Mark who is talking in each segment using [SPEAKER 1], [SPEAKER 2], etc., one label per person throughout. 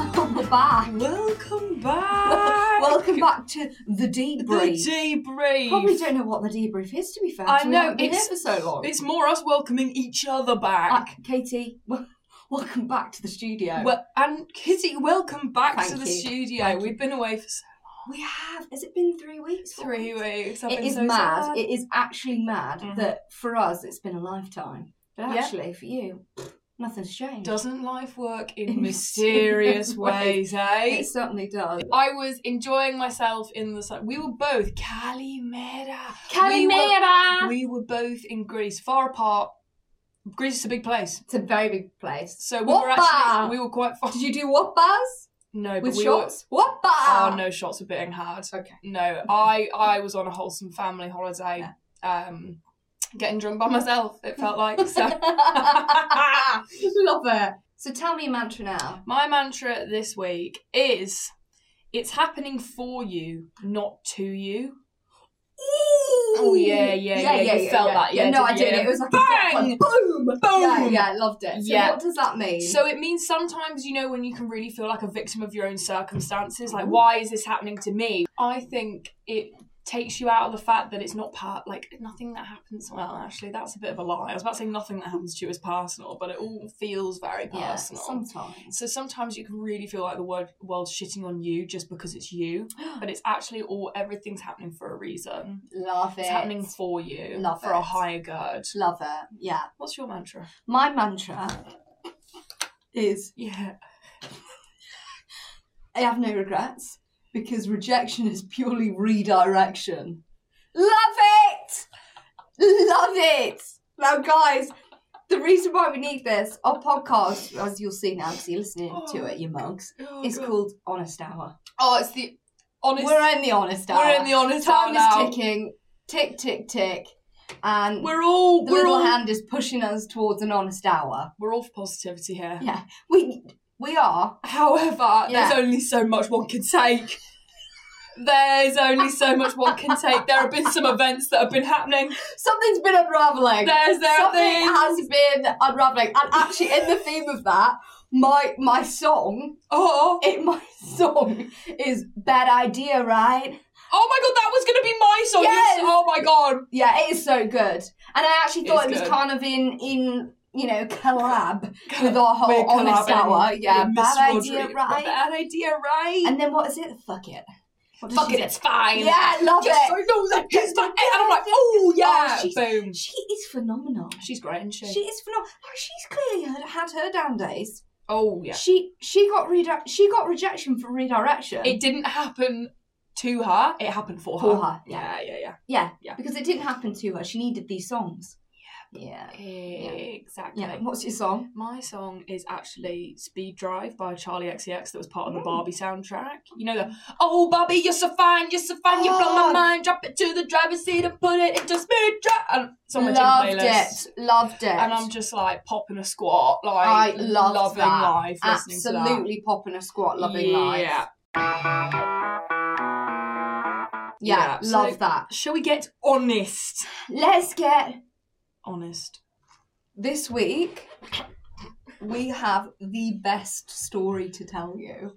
[SPEAKER 1] back.
[SPEAKER 2] Welcome back.
[SPEAKER 1] Welcome back to the debrief.
[SPEAKER 2] The debrief.
[SPEAKER 1] Probably don't know what the debrief is, to be fair.
[SPEAKER 2] I
[SPEAKER 1] so we
[SPEAKER 2] know,
[SPEAKER 1] haven't been here
[SPEAKER 2] it's-
[SPEAKER 1] for so long.
[SPEAKER 2] It's more us welcoming each other
[SPEAKER 1] Uh,
[SPEAKER 2] back.
[SPEAKER 1] Katie, wel- welcome back to the studio.
[SPEAKER 2] well, and Kitty, welcome back
[SPEAKER 1] Thank
[SPEAKER 2] to the
[SPEAKER 1] you.
[SPEAKER 2] studio. We've been away for so-
[SPEAKER 1] we have. Has it been three weeks? Four
[SPEAKER 2] three weeks. I've
[SPEAKER 1] It
[SPEAKER 2] been
[SPEAKER 1] is
[SPEAKER 2] so
[SPEAKER 1] mad.
[SPEAKER 2] sad.
[SPEAKER 1] It is actually mad
[SPEAKER 2] Mhm.
[SPEAKER 1] that for us it's been a lifetime. But
[SPEAKER 2] Yeah.
[SPEAKER 1] actually, for you, nothing's changed.
[SPEAKER 2] Doesn't life work in,
[SPEAKER 1] In
[SPEAKER 2] mysterious
[SPEAKER 1] mysterious
[SPEAKER 2] ways, eh?
[SPEAKER 1] It certainly does.
[SPEAKER 2] I was enjoying myself in the sun. We were both Calimera.
[SPEAKER 1] Calimera!
[SPEAKER 2] We were both in Greece, far apart. Greece is a big place,
[SPEAKER 1] It's a very big place.
[SPEAKER 2] so we were
[SPEAKER 1] Whoppa!
[SPEAKER 2] actually we were quite far.
[SPEAKER 1] Did you do whoppers
[SPEAKER 2] No, but
[SPEAKER 1] with
[SPEAKER 2] we
[SPEAKER 1] shorts? Whoppa!
[SPEAKER 2] Were, oh no, shots were being hard.
[SPEAKER 1] Okay.
[SPEAKER 2] No, I I was on a wholesome family holiday, um, getting drunk by myself. It felt like so.
[SPEAKER 1] Love it. So tell me your mantra now.
[SPEAKER 2] My mantra this week is: it's happening for you, not to you. Oh, yeah, yeah, yeah, you felt that, yeah,
[SPEAKER 1] no, I
[SPEAKER 2] didn't
[SPEAKER 1] did.
[SPEAKER 2] you?
[SPEAKER 1] It was like
[SPEAKER 2] Bang!
[SPEAKER 1] a boom, boom. Yeah,
[SPEAKER 2] Boom!
[SPEAKER 1] yeah, loved it. So
[SPEAKER 2] Yeah.
[SPEAKER 1] what does that mean?
[SPEAKER 2] So it means sometimes, you know, when you can really feel like a victim of your own circumstances, like, why is this happening to me? I think it takes you out of the fact that it's not part, like, nothing that happens, well, actually, that's a bit of a lie. I was about to say nothing that happens to you is personal, but it all feels very
[SPEAKER 1] yeah,
[SPEAKER 2] personal.
[SPEAKER 1] sometimes.
[SPEAKER 2] so sometimes you can really feel like the world, world's shitting on you just because it's you, but it's actually all, everything's happening for a reason.
[SPEAKER 1] Love it.
[SPEAKER 2] It's happening for you,
[SPEAKER 1] Love
[SPEAKER 2] for a
[SPEAKER 1] it.
[SPEAKER 2] higher good.
[SPEAKER 1] Love it. Yeah.
[SPEAKER 2] What's your mantra?
[SPEAKER 1] My mantra
[SPEAKER 2] Uh.
[SPEAKER 1] is
[SPEAKER 2] Yeah.
[SPEAKER 1] I have no regrets because rejection is purely redirection. Love it! Love it! Now, guys, the reason why we need this, our podcast, as you'll see now because you're listening to it, you mugs,
[SPEAKER 2] Oh,
[SPEAKER 1] is
[SPEAKER 2] God.
[SPEAKER 1] called Honest Hour.
[SPEAKER 2] Oh, it's the honest.
[SPEAKER 1] We're in the Honest Hour.
[SPEAKER 2] We're in the honest
[SPEAKER 1] Time
[SPEAKER 2] hour now.
[SPEAKER 1] is ticking. Tick, tick, tick. And
[SPEAKER 2] We're all
[SPEAKER 1] the
[SPEAKER 2] we're
[SPEAKER 1] little
[SPEAKER 2] all
[SPEAKER 1] hand is pushing us towards an honest hour.
[SPEAKER 2] we're all for positivity here.
[SPEAKER 1] Yeah, we we are.
[SPEAKER 2] However,
[SPEAKER 1] Yeah.
[SPEAKER 2] there's only so much one can take. There's only so much one can take. There have been some events that have been happening.
[SPEAKER 1] Something's been unraveling.
[SPEAKER 2] There's there are
[SPEAKER 1] Something
[SPEAKER 2] things.
[SPEAKER 1] has been unraveling, and actually, in the theme of that, my my song,
[SPEAKER 2] Oh,
[SPEAKER 1] it my song is "Bad Idea," right?
[SPEAKER 2] oh my god, that was gonna be my song. You're
[SPEAKER 1] Yes.
[SPEAKER 2] so- Oh my god.
[SPEAKER 1] Yeah, it is so good, and I actually
[SPEAKER 2] It is
[SPEAKER 1] thought it, was
[SPEAKER 2] good.
[SPEAKER 1] kind of in in you know collab with our whole
[SPEAKER 2] We're
[SPEAKER 1] Oh, honest
[SPEAKER 2] collabing
[SPEAKER 1] hour.
[SPEAKER 2] with
[SPEAKER 1] Yeah,
[SPEAKER 2] Miss
[SPEAKER 1] bad idea,
[SPEAKER 2] Rodri-
[SPEAKER 1] right?
[SPEAKER 2] Bad idea, right?
[SPEAKER 1] And then what is it? Fuck it. What does
[SPEAKER 2] Fuck
[SPEAKER 1] she
[SPEAKER 2] it,
[SPEAKER 1] say?
[SPEAKER 2] it's fine.
[SPEAKER 1] Yeah, love
[SPEAKER 2] Yes,
[SPEAKER 1] it.
[SPEAKER 2] I know that. Yes, that- and I'm like, oh yeah,
[SPEAKER 1] Oh, she's-
[SPEAKER 2] boom.
[SPEAKER 1] She is phenomenal.
[SPEAKER 2] She's great, isn't
[SPEAKER 1] She is phenomenal. Like, she's clearly had, had her down days.
[SPEAKER 2] Oh yeah.
[SPEAKER 1] She she got redi- she got rejection for redirection.
[SPEAKER 2] It didn't happen to her. It happened for her.
[SPEAKER 1] For her,
[SPEAKER 2] Yeah, yeah, yeah.
[SPEAKER 1] yeah,
[SPEAKER 2] yeah.
[SPEAKER 1] because it didn't happen to her. She needed these songs. Yeah,
[SPEAKER 2] Exactly.
[SPEAKER 1] yeah. What's your song?
[SPEAKER 2] My song is actually Speed Drive by Charlie XCX that was part of the
[SPEAKER 1] Mm.
[SPEAKER 2] Barbie soundtrack. You know the Oh Bobby, you're so fine, you're so fine, you blow
[SPEAKER 1] Oh.
[SPEAKER 2] my mind, drop it to the driver's seat and put it into speed drive and it's on my gym
[SPEAKER 1] Loved
[SPEAKER 2] playlist.
[SPEAKER 1] it. Loved it.
[SPEAKER 2] And I'm just like popping a squat,
[SPEAKER 1] I
[SPEAKER 2] like
[SPEAKER 1] loved
[SPEAKER 2] loving
[SPEAKER 1] that.
[SPEAKER 2] life, listening to that.
[SPEAKER 1] absolutely popping a squat, loving life.
[SPEAKER 2] Yeah.
[SPEAKER 1] yeah,
[SPEAKER 2] Yeah, so-
[SPEAKER 1] love that.
[SPEAKER 2] Shall we get honest?
[SPEAKER 1] Let's get
[SPEAKER 2] Honest.
[SPEAKER 1] this week. We have the best story to tell you.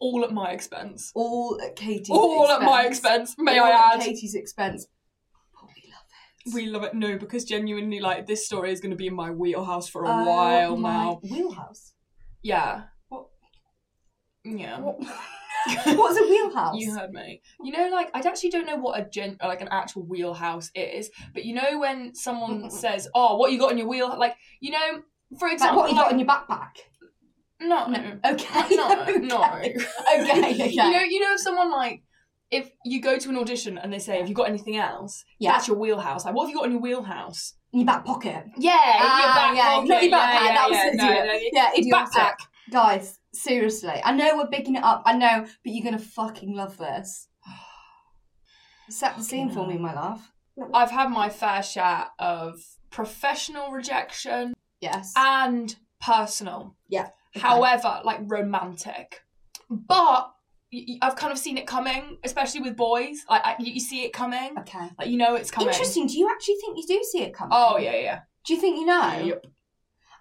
[SPEAKER 2] All at my expense.
[SPEAKER 1] All at Katie's
[SPEAKER 2] All at my expense, may I
[SPEAKER 1] At
[SPEAKER 2] add.
[SPEAKER 1] Katie's expense. But we love
[SPEAKER 2] We love it. No, because genuinely, like, this story is going to be in my wheelhouse for
[SPEAKER 1] it.
[SPEAKER 2] a
[SPEAKER 1] Oh,
[SPEAKER 2] while
[SPEAKER 1] my
[SPEAKER 2] now.
[SPEAKER 1] Wheelhouse.
[SPEAKER 2] Yeah. What? Yeah.
[SPEAKER 1] What- What's a wheelhouse?
[SPEAKER 2] You heard me. You know, like I actually don't know what a gen like an actual wheelhouse is, but you know when someone says, "Oh, what you got in your wheel?" Like you know, for
[SPEAKER 1] Is that
[SPEAKER 2] example,
[SPEAKER 1] what you got in your backpack?
[SPEAKER 2] no, no,
[SPEAKER 1] No. Okay.
[SPEAKER 2] no, no.
[SPEAKER 1] Okay, okay.
[SPEAKER 2] You know, you know, if someone like if you go to an audition and they say, "Have you got anything else?"
[SPEAKER 1] Yeah.
[SPEAKER 2] That's your wheelhouse. Like, what have you got in your wheelhouse?
[SPEAKER 1] In your back pocket.
[SPEAKER 2] Yeah,
[SPEAKER 1] Ah,
[SPEAKER 2] your back
[SPEAKER 1] yeah,
[SPEAKER 2] pocket.
[SPEAKER 1] not your backpack,
[SPEAKER 2] Yeah,
[SPEAKER 1] that was
[SPEAKER 2] yeah,
[SPEAKER 1] an
[SPEAKER 2] no,
[SPEAKER 1] idiot.
[SPEAKER 2] no, you-
[SPEAKER 1] Yeah, idiotic.
[SPEAKER 2] Backpack.
[SPEAKER 1] Guys, seriously. I know we're bigging it up, I know, but you're going to fucking love this. Set the scene for me, my love.
[SPEAKER 2] I've had my fair share of professional rejection
[SPEAKER 1] Yes.
[SPEAKER 2] Um, and personal.
[SPEAKER 1] Okay.
[SPEAKER 2] However, like romantic, but y- y- I've kind of seen it coming, especially with boys. Like I, you you see it coming,
[SPEAKER 1] Okay.
[SPEAKER 2] like you know it's coming.
[SPEAKER 1] Interesting. Do you actually think you do see it coming?
[SPEAKER 2] Oh yeah, yeah.
[SPEAKER 1] Do you think you know?
[SPEAKER 2] Yep.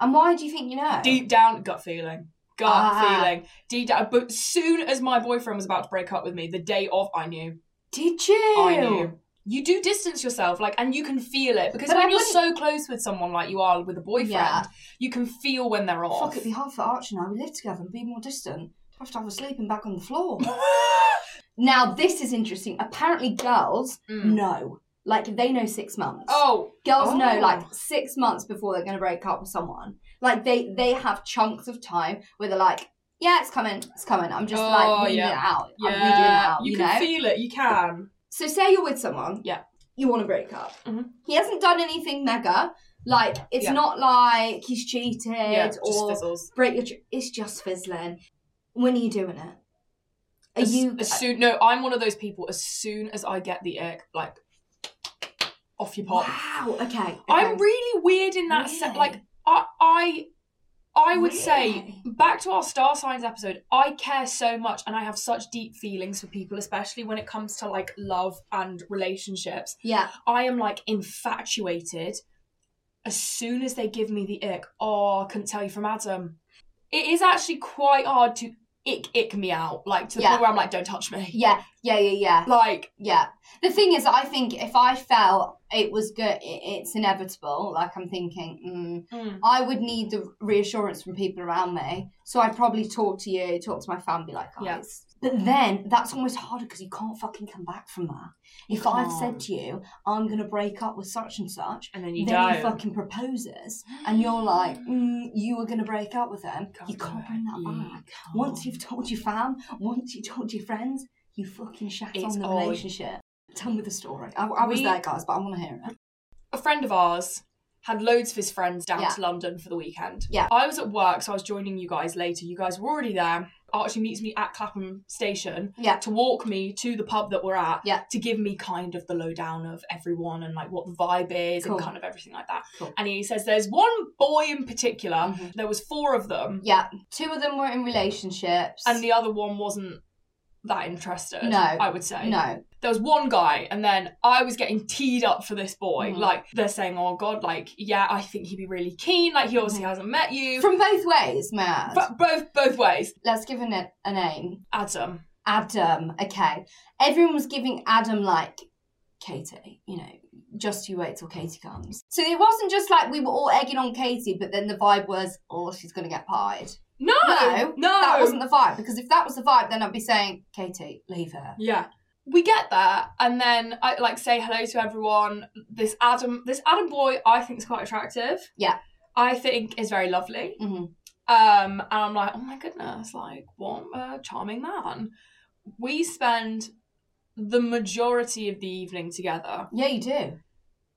[SPEAKER 1] And why do you think you know?
[SPEAKER 2] Deep down, gut feeling. gut
[SPEAKER 1] Ah.
[SPEAKER 2] feeling. D dad. But soon as my boyfriend was about to break up with me, the day of, I knew.
[SPEAKER 1] Did you?
[SPEAKER 2] I knew. You do distance yourself, like, and you can feel it because
[SPEAKER 1] But
[SPEAKER 2] when
[SPEAKER 1] I
[SPEAKER 2] you're
[SPEAKER 1] wouldn't-
[SPEAKER 2] so close with someone, like you are with a boyfriend,
[SPEAKER 1] Yeah.
[SPEAKER 2] you can feel when they're off.
[SPEAKER 1] Fuck, it'd be hard for Archie and I. We live together and be more distant. I'd have to have a sleeping bag on the floor. now, this is interesting. Apparently, girls
[SPEAKER 2] Mm.
[SPEAKER 1] know. Like, they know six months.
[SPEAKER 2] Oh,
[SPEAKER 1] Girls know
[SPEAKER 2] Oh.
[SPEAKER 1] like six months before they're going to break up with someone. Like they they have chunks of time where they're like, yeah, it's coming, it's coming. I'm just
[SPEAKER 2] Oh,
[SPEAKER 1] like weeding
[SPEAKER 2] yeah.
[SPEAKER 1] it out.
[SPEAKER 2] yeah.
[SPEAKER 1] I'm weeding it out. You,
[SPEAKER 2] you
[SPEAKER 1] know.
[SPEAKER 2] can feel it. You can.
[SPEAKER 1] so say you're with someone.
[SPEAKER 2] Yeah.
[SPEAKER 1] You want to break up.
[SPEAKER 2] Mhm.
[SPEAKER 1] He hasn't done anything mega. Like it's
[SPEAKER 2] Yeah.
[SPEAKER 1] not like he's cheated
[SPEAKER 2] Yeah, just
[SPEAKER 1] or
[SPEAKER 2] fizzles.
[SPEAKER 1] break your. Tr- it's just fizzling. When are you doing it? Are
[SPEAKER 2] as,
[SPEAKER 1] you?
[SPEAKER 2] as soon no i'm one of those people as soon as i get the ick like off your pot
[SPEAKER 1] wow. Okay.
[SPEAKER 2] i'm
[SPEAKER 1] okay.
[SPEAKER 2] really weird in that se-
[SPEAKER 1] Really?
[SPEAKER 2] like i i i would say
[SPEAKER 1] Really?
[SPEAKER 2] back to our star signs episode i care so much and i have such deep feelings for people especially when it comes to like love and relationships
[SPEAKER 1] yeah.
[SPEAKER 2] i am like infatuated as soon as they give me the ick oh i couldn't tell you from adam it is actually quite hard to ick ick me out like to the
[SPEAKER 1] Yeah.
[SPEAKER 2] point where i'm like don't touch me
[SPEAKER 1] Yeah. Yeah. Yeah. Yeah.
[SPEAKER 2] like
[SPEAKER 1] Yeah. The thing is, I think if I felt it was good, it, it's inevitable. Like I'm thinking, mm, I would need the reassurance from people around me. So I'd probably talk to you, talk to my family, like
[SPEAKER 2] Yeah.
[SPEAKER 1] guys. But then that's almost harder because you can't fucking come back from that.
[SPEAKER 2] You
[SPEAKER 1] If I've said
[SPEAKER 2] can't.
[SPEAKER 1] to you, I'm gonna break up with such and such,
[SPEAKER 2] and then you
[SPEAKER 1] then
[SPEAKER 2] don't
[SPEAKER 1] he fucking proposes, and you're like, mm, you were gonna break up with him. you can't bring that back. Once you've told your fam, once you've told your friends, you fucking shat
[SPEAKER 2] It's
[SPEAKER 1] on the
[SPEAKER 2] on.
[SPEAKER 1] relationship. Tell me the story. I, I was
[SPEAKER 2] We-
[SPEAKER 1] there, guys, but I want to hear it.
[SPEAKER 2] a friend of ours had loads of his friends down
[SPEAKER 1] Yeah.
[SPEAKER 2] to London for the weekend.
[SPEAKER 1] Yeah.
[SPEAKER 2] I was at work, so I was joining you guys later. You guys were already there. Archie meets me at Clapham Station
[SPEAKER 1] Yeah.
[SPEAKER 2] to walk me to the pub that we're at
[SPEAKER 1] Yeah.
[SPEAKER 2] to give me kind of the lowdown of everyone and like what the vibe is
[SPEAKER 1] Cool.
[SPEAKER 2] and kind of everything like that.
[SPEAKER 1] Cool.
[SPEAKER 2] And he says there's one boy in particular.
[SPEAKER 1] Mhm.
[SPEAKER 2] There was four of them,
[SPEAKER 1] Yeah, two of them were in relationships.
[SPEAKER 2] and the other one wasn't that interested.
[SPEAKER 1] No.
[SPEAKER 2] I would say
[SPEAKER 1] no,
[SPEAKER 2] there was one guy, and then I was getting teed up for this boy.
[SPEAKER 1] Mhm.
[SPEAKER 2] Like they're saying, "Oh God, like yeah, I think he'd be really keen. Like he obviously hasn't met you."
[SPEAKER 1] Mm-hmm. from both ways, Matt.
[SPEAKER 2] But both both ways,
[SPEAKER 1] Let's give him a, a name.
[SPEAKER 2] Adam.
[SPEAKER 1] Adam. Okay, everyone was giving Adam like Katie. You know, just you wait till Katie comes. So it wasn't just like we were all egging on Katie, but then the vibe was, oh, she's gonna get pied.
[SPEAKER 2] No,
[SPEAKER 1] No,
[SPEAKER 2] no,
[SPEAKER 1] That wasn't the vibe because if that was the vibe, then I'd be saying, Katie, leave her.
[SPEAKER 2] Yeah, we get there, and then I like say hello to everyone. This Adam, this Adam boy, I think is quite attractive.
[SPEAKER 1] Yeah.
[SPEAKER 2] I think is very lovely.
[SPEAKER 1] Mhm.
[SPEAKER 2] Um, and I'm like, oh my goodness, like what a charming man. We spend the majority of the evening together.
[SPEAKER 1] Yeah, you do.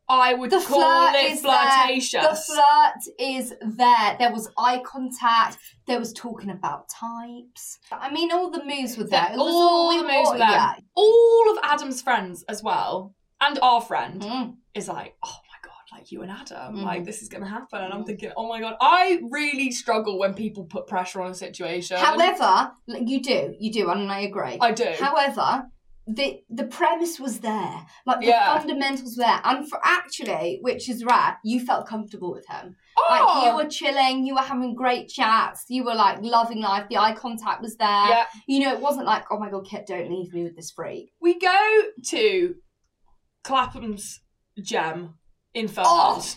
[SPEAKER 2] I would
[SPEAKER 1] The
[SPEAKER 2] call
[SPEAKER 1] flirt
[SPEAKER 2] it
[SPEAKER 1] is there.
[SPEAKER 2] flirtatious.
[SPEAKER 1] The flirt is there. There was eye contact. There was talking about types. I mean, all the moves were there.
[SPEAKER 2] That-
[SPEAKER 1] It was
[SPEAKER 2] all
[SPEAKER 1] we
[SPEAKER 2] the moves
[SPEAKER 1] were-
[SPEAKER 2] were there.
[SPEAKER 1] Yeah.
[SPEAKER 2] All of Adam's friends as well, and our friend,
[SPEAKER 1] Mm.
[SPEAKER 2] is like, oh my god, like you and Adam,
[SPEAKER 1] Mhm.
[SPEAKER 2] like this is gonna happen. And I'm
[SPEAKER 1] Mhm.
[SPEAKER 2] thinking, oh my god, I really struggle when people put pressure on a situation.
[SPEAKER 1] However, like, you do. You do, and I agree.
[SPEAKER 2] I do.
[SPEAKER 1] However, the the premise was there. Like, the
[SPEAKER 2] Yeah.
[SPEAKER 1] fundamentals were there. And for actually, which is rare, you felt comfortable with him.
[SPEAKER 2] oh,
[SPEAKER 1] Like you were chilling, you were having great chats, you were like loving life. The eye contact was there.
[SPEAKER 2] yeah.
[SPEAKER 1] You know, it wasn't like, oh my god, Kit, don't leave me with this freak.
[SPEAKER 2] We go to Clapham's gem Infernos.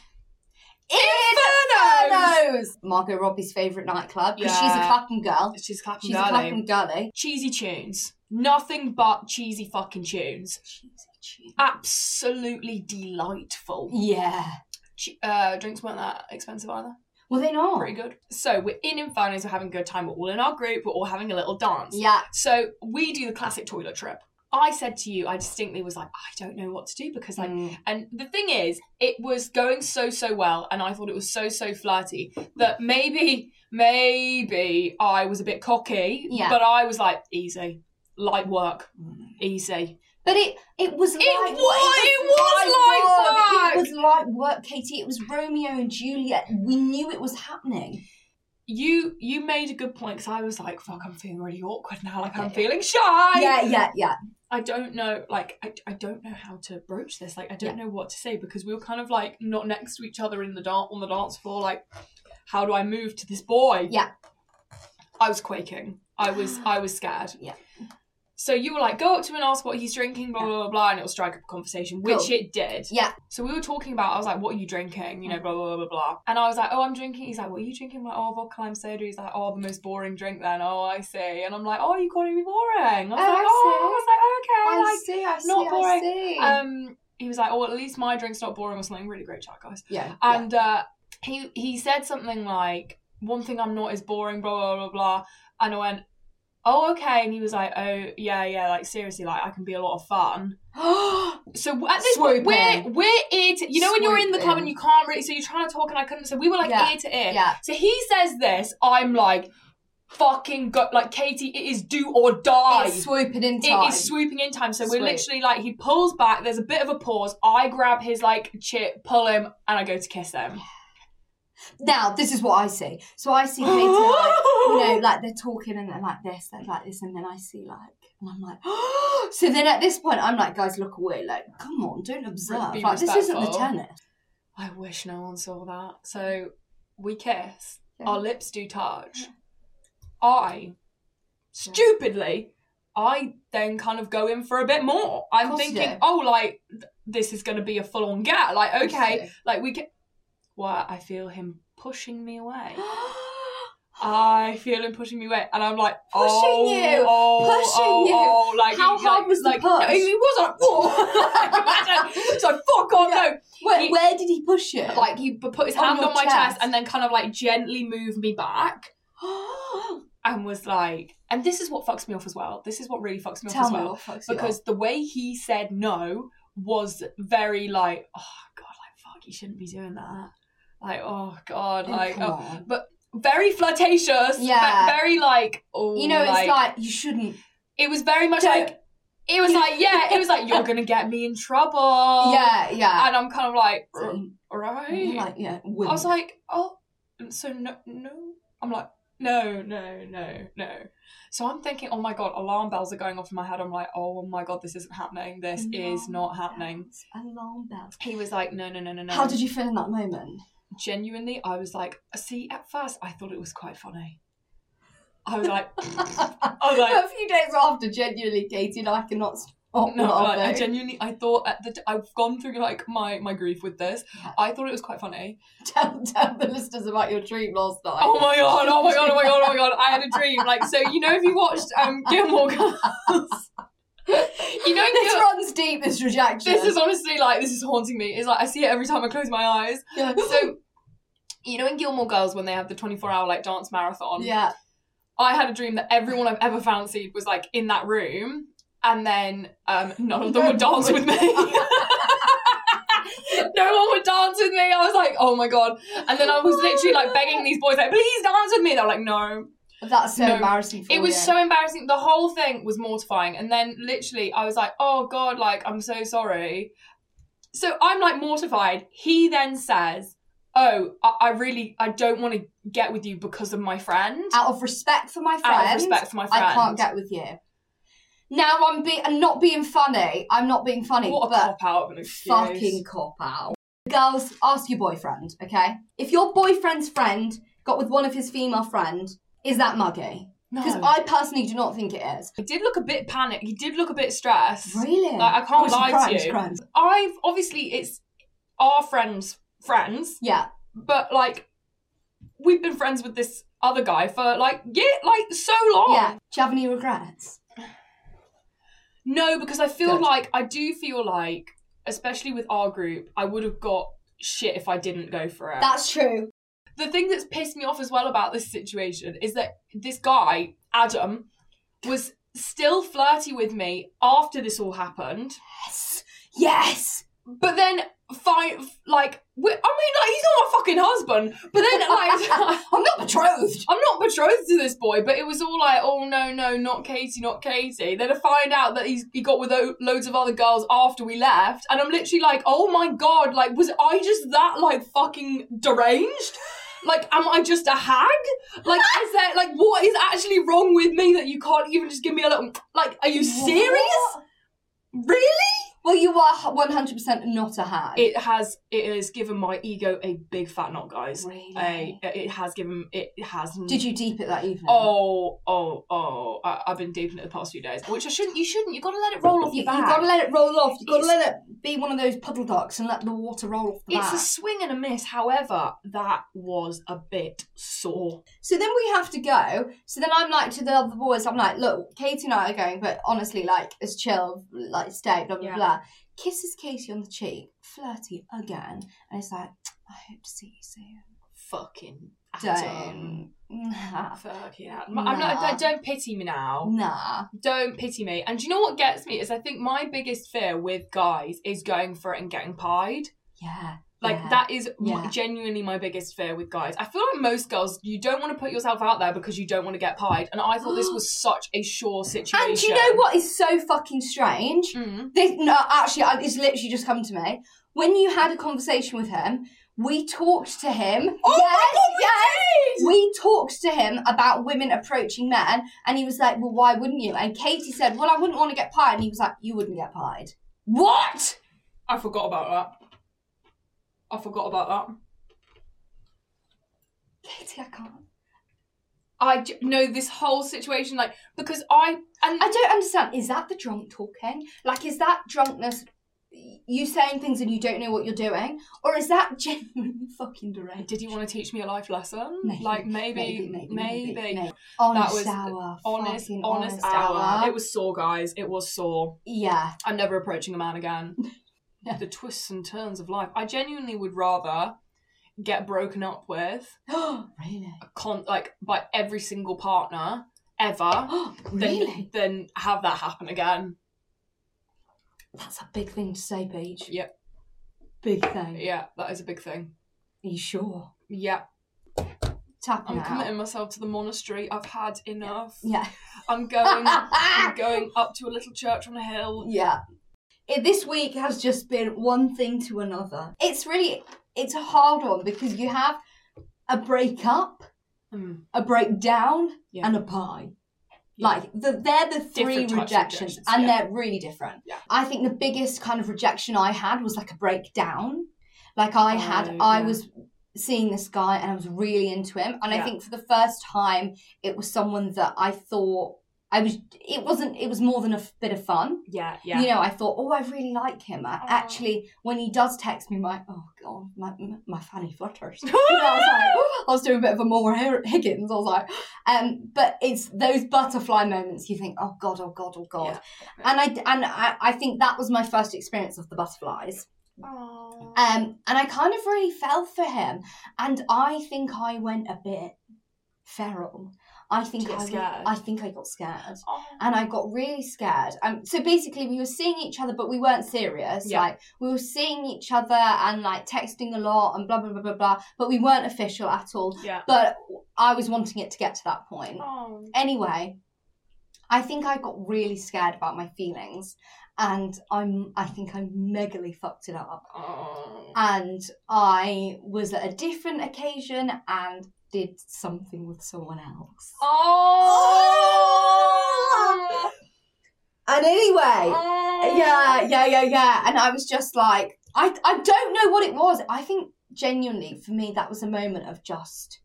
[SPEAKER 2] Infernos.
[SPEAKER 1] Infernos! Margot Robbie's favourite nightclub because she's a
[SPEAKER 2] Yeah.
[SPEAKER 1] Clapham girl.
[SPEAKER 2] She's Clapham
[SPEAKER 1] She's a
[SPEAKER 2] girly.
[SPEAKER 1] Clapham girly.
[SPEAKER 2] Cheesy tunes. Nothing but cheesy fucking tunes.
[SPEAKER 1] She's a cheat.
[SPEAKER 2] Absolutely delightful.
[SPEAKER 1] Yeah.
[SPEAKER 2] Che- uh, drinks weren't that expensive either.
[SPEAKER 1] Well, they know.
[SPEAKER 2] Pretty good. So we're in Infernos, we're having a good time. We're all in our group, we're all having a little dance.
[SPEAKER 1] Yeah.
[SPEAKER 2] So we do the classic toilet trip. I said to you, I distinctly was like, I don't know what to do because, like,
[SPEAKER 1] Mm.
[SPEAKER 2] And the thing is, it was going so so well, and I thought it was so so flirty that maybe maybe I was a bit cocky,
[SPEAKER 1] Yeah. Mm.
[SPEAKER 2] but I was like easy, light work, easy.
[SPEAKER 1] But it it was
[SPEAKER 2] was-
[SPEAKER 1] like
[SPEAKER 2] it was
[SPEAKER 1] like work. It was like work, Katie. It was Romeo and Juliet. We knew it was happening.
[SPEAKER 2] You you made a good point because I was like, fuck, I'm feeling really awkward now. Like I'm
[SPEAKER 1] Yeah.
[SPEAKER 2] feeling shy.
[SPEAKER 1] yeah, yeah, yeah.
[SPEAKER 2] I don't know, like I, I don't know how to broach this. Like I don't know what to say because we were kind of like not next to each other in the dance on the dance floor. Like, how do I move to this boy?
[SPEAKER 1] Yeah.
[SPEAKER 2] I was quaking. I was I was scared.
[SPEAKER 1] Yeah.
[SPEAKER 2] So you were like, go up to him and ask what he's drinking, blah blah blah, blah and it'll strike up a conversation, which
[SPEAKER 1] Cool.
[SPEAKER 2] it did.
[SPEAKER 1] Yeah. Mm.
[SPEAKER 2] So we were talking about, I was like, what are you drinking? You know, blah blah blah blah blah. And I was like, oh, I'm drinking. He's like, what are you drinking? I'm like, oh, vodka lime soda. He's like, oh, the most boring drink then. Oh, I see. And I'm like, oh, you calling me boring? I was
[SPEAKER 1] Oh,
[SPEAKER 2] like,
[SPEAKER 1] I
[SPEAKER 2] oh, I was like, okay, like,
[SPEAKER 1] see, I
[SPEAKER 2] not boring.
[SPEAKER 1] see.
[SPEAKER 2] um, he was like, "Oh, at least my drink's not boring or something." Really great chat, guys.
[SPEAKER 1] yeah. yeah.
[SPEAKER 2] And uh, he he said something like, "One thing I'm not is boring." Blah blah blah blah. And I went, "Oh, okay." And he was like, "Oh, yeah, yeah. Like seriously, like I can be a lot of fun." So at this point, we're
[SPEAKER 1] Swooping.
[SPEAKER 2] we're ear to you know when you're in the club
[SPEAKER 1] Swooping.
[SPEAKER 2] and you can't really so you're trying to talk and I couldn't. So we were like
[SPEAKER 1] Yeah.
[SPEAKER 2] ear to ear.
[SPEAKER 1] yeah.
[SPEAKER 2] So he says this, I'm like, fucking go like Katie, it is do or die.
[SPEAKER 1] It's swooping in
[SPEAKER 2] It
[SPEAKER 1] time.
[SPEAKER 2] is swooping in time. So
[SPEAKER 1] Swoop.
[SPEAKER 2] we're literally like, he pulls back, there's a bit of a pause. I grab his like chip, pull him, and I go to kiss him.
[SPEAKER 1] now, this is what I see. So I see Peter, like, you
[SPEAKER 2] Oh.
[SPEAKER 1] know, like they're talking and they're like this, they're like this, and then I see like, and I'm like, so then at this point, I'm like, guys, look away. Like, come on, don't observe.
[SPEAKER 2] Be
[SPEAKER 1] Like, this isn't the
[SPEAKER 2] respectful.
[SPEAKER 1] tennis.
[SPEAKER 2] I wish no one saw that. So we kiss,
[SPEAKER 1] Yeah.
[SPEAKER 2] our lips do touch. I, stupidly, I then kind of go in for a bit more. I'm
[SPEAKER 1] course you
[SPEAKER 2] thinking,
[SPEAKER 1] do.
[SPEAKER 2] oh, like, th- this is going to be a full on get. Like, okay, Like we get. Why I feel him pushing me away. I feel him pushing me away, and I'm like, oh,
[SPEAKER 1] you.
[SPEAKER 2] oh,
[SPEAKER 1] Pushing
[SPEAKER 2] oh,
[SPEAKER 1] you.
[SPEAKER 2] oh, like
[SPEAKER 1] How
[SPEAKER 2] like,
[SPEAKER 1] hard was the
[SPEAKER 2] like, No,
[SPEAKER 1] push?
[SPEAKER 2] he wasn't. Whoa. like, imagine. So fuck on
[SPEAKER 1] Yeah. Where,
[SPEAKER 2] He-
[SPEAKER 1] where did he push you?
[SPEAKER 2] no. Like he p- put his
[SPEAKER 1] On
[SPEAKER 2] hand
[SPEAKER 1] your
[SPEAKER 2] on my
[SPEAKER 1] chest.
[SPEAKER 2] chest and then kind of like gently moved me back and was like, and this is what fucks me off as well. This is what really fucks me off
[SPEAKER 1] tell
[SPEAKER 2] as
[SPEAKER 1] me
[SPEAKER 2] well
[SPEAKER 1] what fucks you
[SPEAKER 2] because
[SPEAKER 1] up.
[SPEAKER 2] the way he said no was very like, oh god, like fuck, you shouldn't be doing that. Like, oh god,
[SPEAKER 1] Oh,
[SPEAKER 2] like,
[SPEAKER 1] come
[SPEAKER 2] oh,
[SPEAKER 1] on.
[SPEAKER 2] very flirtatious. but
[SPEAKER 1] Yeah.
[SPEAKER 2] very like, oh,
[SPEAKER 1] you know, it's like you shouldn't.
[SPEAKER 2] it was very much
[SPEAKER 1] Don't-
[SPEAKER 2] like it was like yeah, it was like you're gonna get me in trouble.
[SPEAKER 1] yeah, yeah.
[SPEAKER 2] and I'm kind of like,
[SPEAKER 1] So
[SPEAKER 2] "R-
[SPEAKER 1] you-
[SPEAKER 2] right.
[SPEAKER 1] you're like, yeah,
[SPEAKER 2] I was
[SPEAKER 1] wouldn't.
[SPEAKER 2] like, oh, so no, no. I'm like, no, no, no, no. So I'm thinking, oh my god, alarm bells are going off in my head. I'm like, oh my god, this isn't happening. This is not happening.
[SPEAKER 1] Alarm bells.
[SPEAKER 2] He was like, no, no, no, no, no.
[SPEAKER 1] How did you feel in that moment?
[SPEAKER 2] genuinely, I was like, see, at first I thought it was quite funny. I was like, I was like,
[SPEAKER 1] a few days after, genuinely, Katie and I cannot stop
[SPEAKER 2] no, like, I
[SPEAKER 1] laughing.
[SPEAKER 2] genuinely, I thought at the, t- I've gone through like my my grief with this.
[SPEAKER 1] Yeah.
[SPEAKER 2] I thought it was quite funny.
[SPEAKER 1] tell, tell the listeners about your dream last night.
[SPEAKER 2] Oh my god! Oh my god! Oh my god! Oh my god! I had a dream. Like so, you know, if you watched um Gilmore Girls, you know,
[SPEAKER 1] this
[SPEAKER 2] Gil-
[SPEAKER 1] runs deep. This rejection.
[SPEAKER 2] this is honestly like this is haunting me. It's like I see it every time I close my eyes.
[SPEAKER 1] yeah.
[SPEAKER 2] So, you know, in Gilmore Girls when they have the twenty four hour like dance marathon,
[SPEAKER 1] yeah.
[SPEAKER 2] I had a dream that everyone I've ever fancied was like in that room, and then um, none of them would
[SPEAKER 1] No one
[SPEAKER 2] dance with me. no one would dance with me. I was like, oh my god! And then I was literally like begging these boys, like, please dance with me. They're like, no.
[SPEAKER 1] That's so
[SPEAKER 2] No,
[SPEAKER 1] embarrassing. For
[SPEAKER 2] It was
[SPEAKER 1] you.
[SPEAKER 2] so embarrassing. The whole thing was mortifying. And then literally, I was like, oh god, like I'm so sorry. So I'm like mortified. He then says, oh, I, I really, I don't want to get with you because of my friend.
[SPEAKER 1] out of respect for my friend.
[SPEAKER 2] Out of respect for my friend.
[SPEAKER 1] I can't get with you. Now I'm be I'm not being funny. I'm not being funny,
[SPEAKER 2] What a
[SPEAKER 1] but
[SPEAKER 2] cop out of an excuse.
[SPEAKER 1] fucking cop out. Girls, ask your boyfriend, okay? If your boyfriend's friend got with one of his female friend, is that muggy?
[SPEAKER 2] no.
[SPEAKER 1] Because
[SPEAKER 2] I,
[SPEAKER 1] I personally do not think it is.
[SPEAKER 2] did look a bit panicked. He did look a bit stressed.
[SPEAKER 1] Really?
[SPEAKER 2] Like, I can't
[SPEAKER 1] Oh, it's a
[SPEAKER 2] lie to
[SPEAKER 1] crime, it's a
[SPEAKER 2] you.
[SPEAKER 1] crime.
[SPEAKER 2] I've obviously it's our friends' friends,
[SPEAKER 1] Yeah.
[SPEAKER 2] but like we've been friends with this other guy for like yeah, like so long.
[SPEAKER 1] Yeah. Do you have any regrets?
[SPEAKER 2] No, because I feel
[SPEAKER 1] Good.
[SPEAKER 2] like I do feel like, especially with our group, I would have got shit if I didn't go for it.
[SPEAKER 1] That's true.
[SPEAKER 2] the thing that's pissed me off as well about this situation is that this guy, Adam, was still flirty with me after this all happened.
[SPEAKER 1] Yes. Yes.
[SPEAKER 2] But then, fi- like, we- I mean, like, he's not my fucking husband. But then, like,
[SPEAKER 1] I'm not betrothed.
[SPEAKER 2] I'm not betrothed to this boy. But it was all like, oh no, no, not Katie, not Katie. Then I find out that he's he got with o- loads of other girls after we left, and I'm literally like, oh my god, like, was I just that like fucking deranged? Like, am I just a hag? Like, is there like what is actually wrong with me that you can't even just give me a little? Like, are you serious?
[SPEAKER 1] What?
[SPEAKER 2] Really?
[SPEAKER 1] Well, you are one hundred percent not a hag.
[SPEAKER 2] It has it has given my ego a big fat knock, guys.
[SPEAKER 1] really.
[SPEAKER 2] A, it has given it has.
[SPEAKER 1] Did you deep it that evening?
[SPEAKER 2] Oh, oh, oh! I, I've been deep in it the past few days, which I shouldn't. You shouldn't. You got to let it roll off
[SPEAKER 1] You,
[SPEAKER 2] your
[SPEAKER 1] have
[SPEAKER 2] back.
[SPEAKER 1] got to let it roll off. You've got to
[SPEAKER 2] It's-
[SPEAKER 1] let it be one of those puddle ducks and let the water roll off the
[SPEAKER 2] it's
[SPEAKER 1] back.
[SPEAKER 2] a swing and a miss. However, that was a bit sore.
[SPEAKER 1] So then we have to go. So then I'm like to the other boys, I'm like, look, Katie and I are going, but honestly, like, it's chill, like, stay, blah, blah,
[SPEAKER 2] Yeah.
[SPEAKER 1] blah. Kisses Katie on the cheek, flirty again. And it's like, I hope to see you soon.
[SPEAKER 2] Fucking. atom.
[SPEAKER 1] Don't. Nah.
[SPEAKER 2] Fuck yeah. I'm not,
[SPEAKER 1] Nah.
[SPEAKER 2] don't- don't pity me now.
[SPEAKER 1] Nah.
[SPEAKER 2] Don't pity me. And do you know what gets me is I think my biggest fear with guys is going for it and getting pied.
[SPEAKER 1] Yeah.
[SPEAKER 2] Like
[SPEAKER 1] yeah.
[SPEAKER 2] that is
[SPEAKER 1] Yeah.
[SPEAKER 2] genuinely my biggest fear with guys. I feel like most girls, you don't want to put yourself out there because you don't want to get pied. And I thought this was such a sure situation.
[SPEAKER 1] And do you know what is so fucking strange?
[SPEAKER 2] Mm.
[SPEAKER 1] This, no, actually, I- it's literally just come to me. When you had a conversation with him, we talked to him.
[SPEAKER 2] Oh my god, we
[SPEAKER 1] yes.
[SPEAKER 2] did!
[SPEAKER 1] we talked to him about women approaching men, and he was like, "Well, why wouldn't you?" And Katie said, "Well, I wouldn't want to get pied," and he was like, "You wouldn't get pied." What?
[SPEAKER 2] I forgot about that. I forgot about that.
[SPEAKER 1] Katie, I can't.
[SPEAKER 2] I j- know this whole situation, like because I and
[SPEAKER 1] I don't understand. Is that the drunk talking? Like, is that drunkness? You saying things and you don't know what you're doing, or is that genuinely fucking deranged?
[SPEAKER 2] did you want to teach me a life lesson?
[SPEAKER 1] Maybe,
[SPEAKER 2] like maybe,
[SPEAKER 1] Honest
[SPEAKER 2] was
[SPEAKER 1] hour.
[SPEAKER 2] honest,
[SPEAKER 1] fucking
[SPEAKER 2] honest, hour. It was sore, guys. It was sore.
[SPEAKER 1] yeah,
[SPEAKER 2] I'm never approaching a man again.
[SPEAKER 1] Yeah.
[SPEAKER 2] The twists and turns of life. I genuinely would rather get broken up with,
[SPEAKER 1] really,
[SPEAKER 2] con- like by every single partner ever, than,
[SPEAKER 1] really.
[SPEAKER 2] than have that happen again.
[SPEAKER 1] That's a big thing to say, Paige.
[SPEAKER 2] Yep.
[SPEAKER 1] Big thing.
[SPEAKER 2] Yeah, that is a big thing.
[SPEAKER 1] Are you sure?
[SPEAKER 2] Yeah,
[SPEAKER 1] Tapping
[SPEAKER 2] I'm
[SPEAKER 1] it out.
[SPEAKER 2] committing myself to the monastery. I've had enough.
[SPEAKER 1] Yeah.
[SPEAKER 2] I'm going. I'm going up to a little church on a hill.
[SPEAKER 1] yeah. It, this week has just been one thing to another. It's really it's a hard one because you have a breakup,
[SPEAKER 2] Mm,
[SPEAKER 1] a breakdown,
[SPEAKER 2] Yeah.
[SPEAKER 1] and a pie.
[SPEAKER 2] Yeah.
[SPEAKER 1] Like the, they're the three
[SPEAKER 2] Different types of
[SPEAKER 1] rejections,
[SPEAKER 2] rejections,
[SPEAKER 1] and
[SPEAKER 2] yeah.
[SPEAKER 1] they're really different.
[SPEAKER 2] Yeah.
[SPEAKER 1] I think the biggest kind of rejection I had was like a breakdown. Like I had,
[SPEAKER 2] Oh,
[SPEAKER 1] I
[SPEAKER 2] yeah.
[SPEAKER 1] was seeing this guy and I was really into him, and I
[SPEAKER 2] Yeah.
[SPEAKER 1] think for the first time it was someone that I thought I was. It wasn't. It was more than a f- bit of fun.
[SPEAKER 2] Yeah, yeah.
[SPEAKER 1] You know, I thought, oh, I really like him. I,
[SPEAKER 2] Aw.
[SPEAKER 1] actually, when he does text me, my oh god, my my fanny flutters. You know, I was like, "Oh," I was doing a bit of a more Higgins. I was like, um, but it's those butterfly moments. You think, oh god, oh god, oh god. And I and I, I think that was my first experience of the butterflies.
[SPEAKER 2] Aw.
[SPEAKER 1] Um, and I kind of really fell for him, and I think I went a bit feral. I think
[SPEAKER 2] Get
[SPEAKER 1] I
[SPEAKER 2] scared.
[SPEAKER 1] I think I got scared
[SPEAKER 2] Aw.
[SPEAKER 1] and I got really scared. Um, so basically, we were seeing each other, but we weren't serious.
[SPEAKER 2] Yeah.
[SPEAKER 1] Like we were seeing each other and like texting a lot and blah blah blah blah blah. But we weren't official at all.
[SPEAKER 2] Yeah.
[SPEAKER 1] But I was wanting it to get to that point.
[SPEAKER 2] Aw.
[SPEAKER 1] Anyway, I think I got really scared about my feelings, and I'm I think I megally fucked it up.
[SPEAKER 2] Aw.
[SPEAKER 1] And I was at a different occasion and did something with someone else.
[SPEAKER 2] Oh.
[SPEAKER 1] And anyway. Yeah, yeah, yeah, yeah. And I was just like, I, I don't know what it was. I think genuinely for me, that was a moment of just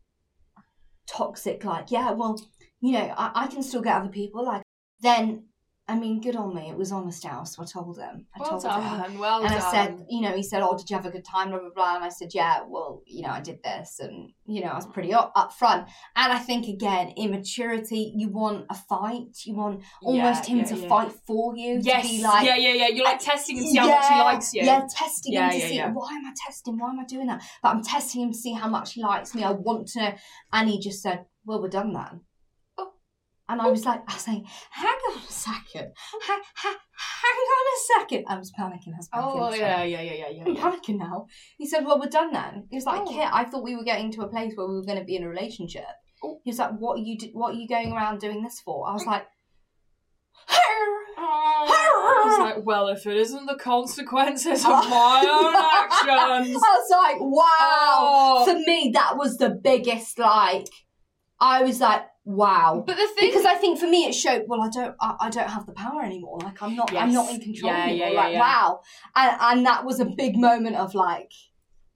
[SPEAKER 1] toxic, like, yeah, well, you know, I, I can still get other people. Like, then, I mean, good on me. It was honest house. I told him. I
[SPEAKER 2] Well
[SPEAKER 1] told him.
[SPEAKER 2] done. Well
[SPEAKER 1] And
[SPEAKER 2] done.
[SPEAKER 1] I said, you know, he said, oh, did you have a good time, blah, blah, blah. And I said, yeah, well, you know, I did this. And, you know, I was pretty up, up front. And I think, again, immaturity, you want a fight. You want almost
[SPEAKER 2] Yeah,
[SPEAKER 1] him
[SPEAKER 2] yeah,
[SPEAKER 1] to
[SPEAKER 2] yeah.
[SPEAKER 1] fight for you.
[SPEAKER 2] yes.
[SPEAKER 1] To be like,
[SPEAKER 2] yeah, yeah, yeah. You're like testing and see how much he likes you.
[SPEAKER 1] yeah, testing
[SPEAKER 2] Yeah,
[SPEAKER 1] him to
[SPEAKER 2] yeah,
[SPEAKER 1] see
[SPEAKER 2] yeah.
[SPEAKER 1] why am I testing? Why am I doing that? But I'm testing him to see how much he likes me. I want to know. And he just said, Well, we're done then.
[SPEAKER 2] Oh.
[SPEAKER 1] And I was like, I was like, hang on a second. Ha, ha, hang on a second. I was panicking. I was panicking.
[SPEAKER 2] Oh
[SPEAKER 1] sorry.
[SPEAKER 2] yeah, yeah, yeah, yeah, yeah.
[SPEAKER 1] I'm
[SPEAKER 2] yeah.
[SPEAKER 1] panicking now. He said, Well, we're done then. He was like,
[SPEAKER 2] Oh.
[SPEAKER 1] Kit, I thought we were getting to a place where we were going to be in a relationship.
[SPEAKER 2] Oh.
[SPEAKER 1] He was like, What are you do- what are you going around doing this for? I was like,
[SPEAKER 2] I was like, well, if it isn't the consequences of my own actions.
[SPEAKER 1] I was like, wow.
[SPEAKER 2] Oh.
[SPEAKER 1] For me, that was the biggest, like, I was like, wow.
[SPEAKER 2] But the thing
[SPEAKER 1] because I think for me it showed well I don't I, I don't have the power anymore like I'm not I'm not
[SPEAKER 2] Yes.
[SPEAKER 1] in control
[SPEAKER 2] Yeah,
[SPEAKER 1] anymore
[SPEAKER 2] yeah, yeah,
[SPEAKER 1] like
[SPEAKER 2] yeah.
[SPEAKER 1] wow and and that was a big moment of like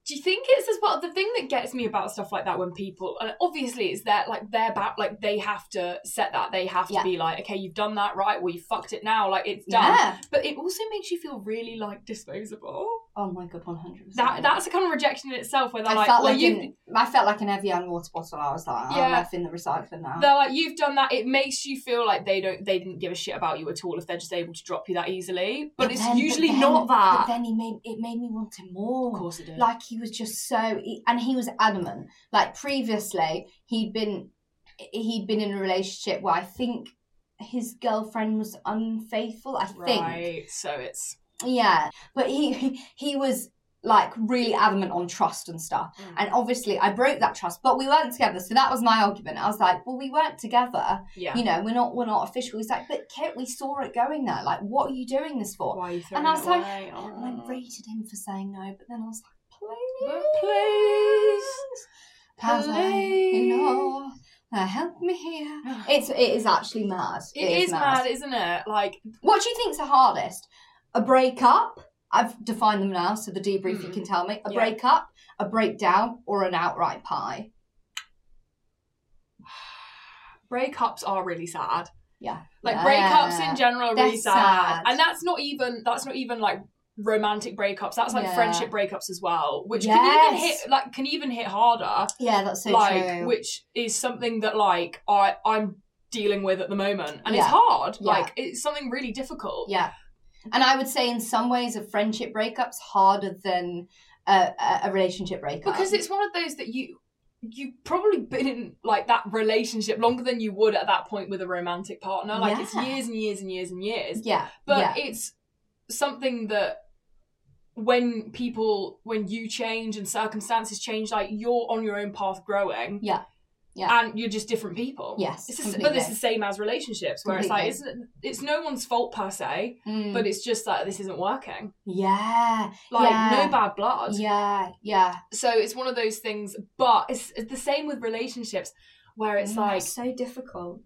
[SPEAKER 2] do you think it's as well the thing that gets me about stuff like that when people and obviously it's their like their back like they have to set that they have to
[SPEAKER 1] Yeah.
[SPEAKER 2] be like okay you've done that right well you fucked it now like it's done
[SPEAKER 1] yeah
[SPEAKER 2] but it also makes you feel really like disposable
[SPEAKER 1] oh my god 100
[SPEAKER 2] that that's a kind of rejection in itself where they're
[SPEAKER 1] I
[SPEAKER 2] like
[SPEAKER 1] felt
[SPEAKER 2] well
[SPEAKER 1] like
[SPEAKER 2] you
[SPEAKER 1] an, I felt like an Evian water bottle I was like I'm
[SPEAKER 2] Yeah.
[SPEAKER 1] left in the recycling now
[SPEAKER 2] they're like you've done that it makes you feel like they don't they didn't give a shit about you at all if they're just able to drop you that easily but, it's
[SPEAKER 1] then-
[SPEAKER 2] usually
[SPEAKER 1] then-
[SPEAKER 2] not that
[SPEAKER 1] but then he made it made me want him more
[SPEAKER 2] of course it is
[SPEAKER 1] like he was just so he- and he was adamant like previously he'd been he'd been in a relationship where i think his girlfriend was unfaithful i think
[SPEAKER 2] right so it's
[SPEAKER 1] yeah but he he was like really adamant on trust and stuff
[SPEAKER 2] Mm.
[SPEAKER 1] and obviously i broke that trust but we weren't together so that was my argument i was like well we weren't together
[SPEAKER 2] yeah
[SPEAKER 1] you know we're not we're not official he's like but kit we saw it going there like what are you doing this for
[SPEAKER 2] why are you
[SPEAKER 1] and
[SPEAKER 2] throwing
[SPEAKER 1] i was
[SPEAKER 2] it
[SPEAKER 1] like "Oh,
[SPEAKER 2] away?
[SPEAKER 1] and i rated him for saying no but then i was like please
[SPEAKER 2] But please.
[SPEAKER 1] Pals, I-
[SPEAKER 2] Please.
[SPEAKER 1] you know, uh, help me here. It's it is actually mad.
[SPEAKER 2] it is mad, isn't it? Like,
[SPEAKER 1] What do you think's the hardest? A breakup. I've defined them now, so the debrief you
[SPEAKER 2] Mm.
[SPEAKER 1] can tell me. A
[SPEAKER 2] Yeah.
[SPEAKER 1] breakup, a breakdown, or an outright pie.
[SPEAKER 2] breakups are really sad.
[SPEAKER 1] Yeah.
[SPEAKER 2] Like
[SPEAKER 1] Yeah.
[SPEAKER 2] breakups in general are really
[SPEAKER 1] They're
[SPEAKER 2] sad.
[SPEAKER 1] sad.
[SPEAKER 2] And that's not even that's not even like romantic breakups. That's like
[SPEAKER 1] Yeah.
[SPEAKER 2] friendship breakups as well, which can even
[SPEAKER 1] Yes.
[SPEAKER 2] hit like can even hit harder.
[SPEAKER 1] Yeah, that's so
[SPEAKER 2] like
[SPEAKER 1] true.
[SPEAKER 2] which is something that like I I'm dealing with at the moment. And it's
[SPEAKER 1] Yeah.
[SPEAKER 2] hard.
[SPEAKER 1] Yeah.
[SPEAKER 2] Like it's something really difficult.
[SPEAKER 1] yeah. And I would say, in some ways, a friendship breakup's harder than a, a- a relationship breakup
[SPEAKER 2] Because it's one of those that you you've probably been in like that relationship longer than you would at that point with a romantic partner. Like it's
[SPEAKER 1] Yeah.
[SPEAKER 2] years and years and years and years.
[SPEAKER 1] yeah,
[SPEAKER 2] but
[SPEAKER 1] yeah,
[SPEAKER 2] it's something that when people when you change and circumstances change like you're on your own path growing
[SPEAKER 1] Yeah. Yeah.
[SPEAKER 2] and you're just different people
[SPEAKER 1] yes,
[SPEAKER 2] it's the s- but it's
[SPEAKER 1] completely.
[SPEAKER 2] the same as relationships where it's like it's, it's no one's fault per se
[SPEAKER 1] Mm.
[SPEAKER 2] but it's just like this isn't working
[SPEAKER 1] yeah,
[SPEAKER 2] like
[SPEAKER 1] Yeah.
[SPEAKER 2] no bad blood
[SPEAKER 1] yeah, yeah.
[SPEAKER 2] so it's one of those things but it's, it's the same with relationships where it's
[SPEAKER 1] Mm,
[SPEAKER 2] like
[SPEAKER 1] that's so difficult.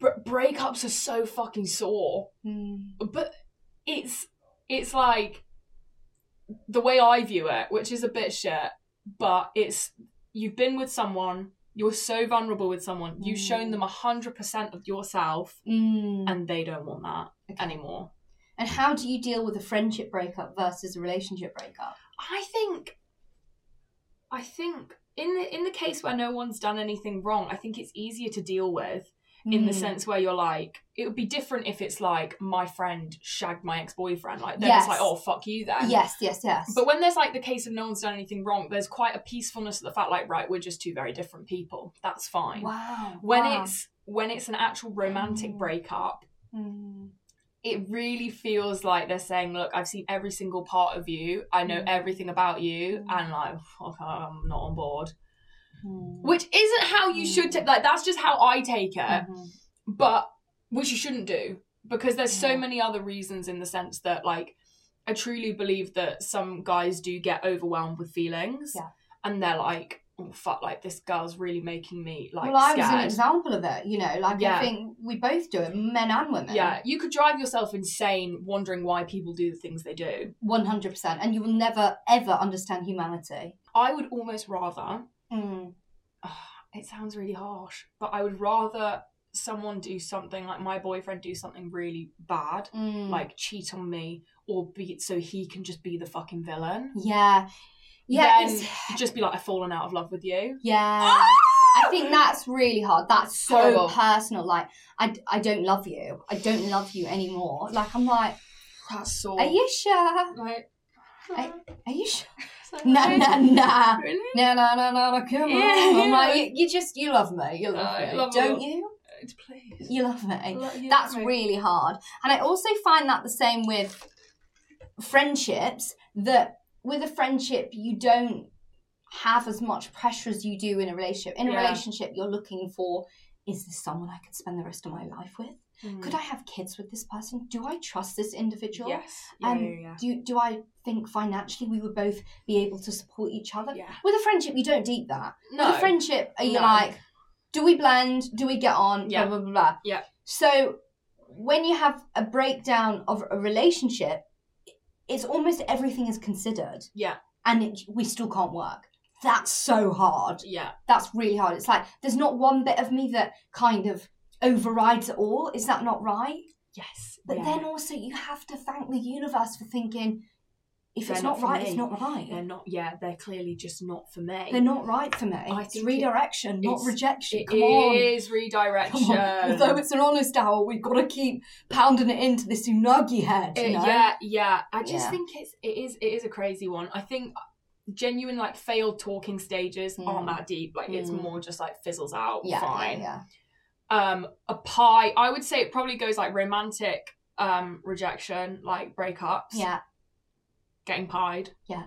[SPEAKER 2] br- breakups are so fucking sore
[SPEAKER 1] Mm.
[SPEAKER 2] but it's it's like the way I view it, which is a bit shit, but it's you've been with someone, you're so vulnerable with someone, you've shown them hundred percent of yourself,
[SPEAKER 1] Mm.
[SPEAKER 2] and they don't want that
[SPEAKER 1] Okay.
[SPEAKER 2] anymore.
[SPEAKER 1] And how do you deal with a friendship breakup versus a relationship breakup?
[SPEAKER 2] I think, I think in the in the case where no one's done anything wrong, I think it's easier to deal with in the
[SPEAKER 1] Mm.
[SPEAKER 2] sense where you're like, it would be different if it's like my friend shagged my ex boyfriend, like then
[SPEAKER 1] Yes.
[SPEAKER 2] it's like oh fuck you then,
[SPEAKER 1] Yes, yes, yes.
[SPEAKER 2] But when there's like the case of no one's done anything wrong, there's quite a peacefulness of the fact, like, right, we're just two very different people. That's fine.
[SPEAKER 1] wow.
[SPEAKER 2] When
[SPEAKER 1] wow.
[SPEAKER 2] it's when it's an actual romantic
[SPEAKER 1] Mm.
[SPEAKER 2] breakup,
[SPEAKER 1] Mm.
[SPEAKER 2] it really feels like they're saying, Look, I've seen every single part of you, I know
[SPEAKER 1] Mm.
[SPEAKER 2] everything about you,
[SPEAKER 1] Mm.
[SPEAKER 2] and like fuck, I'm not on board.
[SPEAKER 1] Mm.
[SPEAKER 2] Which uh, isn't how you should
[SPEAKER 1] Mm.
[SPEAKER 2] take like that's just how I take it.
[SPEAKER 1] Mhm.
[SPEAKER 2] but which you shouldn't do because there's so
[SPEAKER 1] Yeah.
[SPEAKER 2] many other reasons in the sense that like i truly believe that some guys do get overwhelmed with feelings
[SPEAKER 1] Yeah.
[SPEAKER 2] and they're like oh fuck like this girl's really making me like
[SPEAKER 1] well, I was an
[SPEAKER 2] scared
[SPEAKER 1] example of it. You know, like
[SPEAKER 2] Yeah.
[SPEAKER 1] I think we both do it, men and women.
[SPEAKER 2] yeah you could drive yourself insane wondering why people do the things they do
[SPEAKER 1] one hundred percent. And you will never ever understand humanity.
[SPEAKER 2] i would almost rather Hmm.
[SPEAKER 1] Mm.
[SPEAKER 2] it sounds really harsh but i would rather someone do something like my boyfriend do something really bad
[SPEAKER 1] Mm.
[SPEAKER 2] like cheat on me or be so he can just be the fucking villain
[SPEAKER 1] yeah, yeah,
[SPEAKER 2] Then-
[SPEAKER 1] it's-
[SPEAKER 2] just be like, I've fallen out of love with you.
[SPEAKER 1] yeah. Um, I
[SPEAKER 2] Ah!
[SPEAKER 1] think that's really hard. That's so
[SPEAKER 2] Horrible.
[SPEAKER 1] personal. Like, I, I don't love you. I don't love you anymore. Like, I'm like,
[SPEAKER 2] That's so.
[SPEAKER 1] are you sure?
[SPEAKER 2] Like, uh,
[SPEAKER 1] I- Are you sure? Nah,
[SPEAKER 2] no,
[SPEAKER 1] nah, nah.
[SPEAKER 2] Really?
[SPEAKER 1] No, no, no, no, no, come
[SPEAKER 2] Yeah,
[SPEAKER 1] on. I'm
[SPEAKER 2] yeah.
[SPEAKER 1] like, you, you just, you love me. You love
[SPEAKER 2] I
[SPEAKER 1] me.
[SPEAKER 2] love
[SPEAKER 1] don't
[SPEAKER 2] you.
[SPEAKER 1] you?
[SPEAKER 2] Please.
[SPEAKER 1] You love me.
[SPEAKER 2] Lo- you
[SPEAKER 1] That's
[SPEAKER 2] love me.
[SPEAKER 1] really hard. And I also find that the same with friendships, that with a friendship, you don't have as much pressure as you do in a relationship. In a
[SPEAKER 2] Yeah.
[SPEAKER 1] relationship, you're looking for is this someone I could spend the rest of my life with?
[SPEAKER 2] Mm.
[SPEAKER 1] Could I have kids with this person? Do I trust this individual?
[SPEAKER 2] Yes. Yeah,
[SPEAKER 1] Um,
[SPEAKER 2] yeah, yeah.
[SPEAKER 1] Do, do I think financially we would both be able to support each other?
[SPEAKER 2] Yeah.
[SPEAKER 1] With a friendship, you don't deep that. With a friendship, are you
[SPEAKER 2] No.
[SPEAKER 1] like, do we blend? Do we get on?
[SPEAKER 2] Yeah.
[SPEAKER 1] Blah, blah, blah, blah.
[SPEAKER 2] Yeah.
[SPEAKER 1] So when you have a breakdown of a relationship, it's almost everything is considered.
[SPEAKER 2] Yeah.
[SPEAKER 1] And it, we still can't work. That's so hard.
[SPEAKER 2] Yeah.
[SPEAKER 1] That's really hard. It's like there's not one bit of me that kind of overrides it all. Is that not right?
[SPEAKER 2] Yes.
[SPEAKER 1] But
[SPEAKER 2] yeah.
[SPEAKER 1] then also you have to thank the universe for thinking if
[SPEAKER 2] They're
[SPEAKER 1] it's
[SPEAKER 2] not
[SPEAKER 1] not,
[SPEAKER 2] for
[SPEAKER 1] right,
[SPEAKER 2] me.
[SPEAKER 1] it's not right.
[SPEAKER 2] they're not. Yeah, they're clearly just not for me.
[SPEAKER 1] They're not right for me.
[SPEAKER 2] I
[SPEAKER 1] it's
[SPEAKER 2] think
[SPEAKER 1] redirection, not
[SPEAKER 2] it's-
[SPEAKER 1] rejection.
[SPEAKER 2] It
[SPEAKER 1] Come on.
[SPEAKER 2] is redirection.
[SPEAKER 1] Come on. Although it's an honest hour, we've got to keep pounding it into this unagi head.
[SPEAKER 2] It-
[SPEAKER 1] you know?
[SPEAKER 2] Eh, Yeah, yeah. I just
[SPEAKER 1] Yeah.
[SPEAKER 2] think it's it is it is a crazy one. I think genuine like failed talking stages aren't
[SPEAKER 1] Mm.
[SPEAKER 2] that deep. Like it's
[SPEAKER 1] Mm.
[SPEAKER 2] more just like fizzles out.
[SPEAKER 1] Yeah,
[SPEAKER 2] fine.
[SPEAKER 1] yeah,
[SPEAKER 2] Um, a pie. I would say it probably goes like romantic um rejection, like breakups,
[SPEAKER 1] yeah. yeah.
[SPEAKER 2] getting pied.
[SPEAKER 1] Yeah.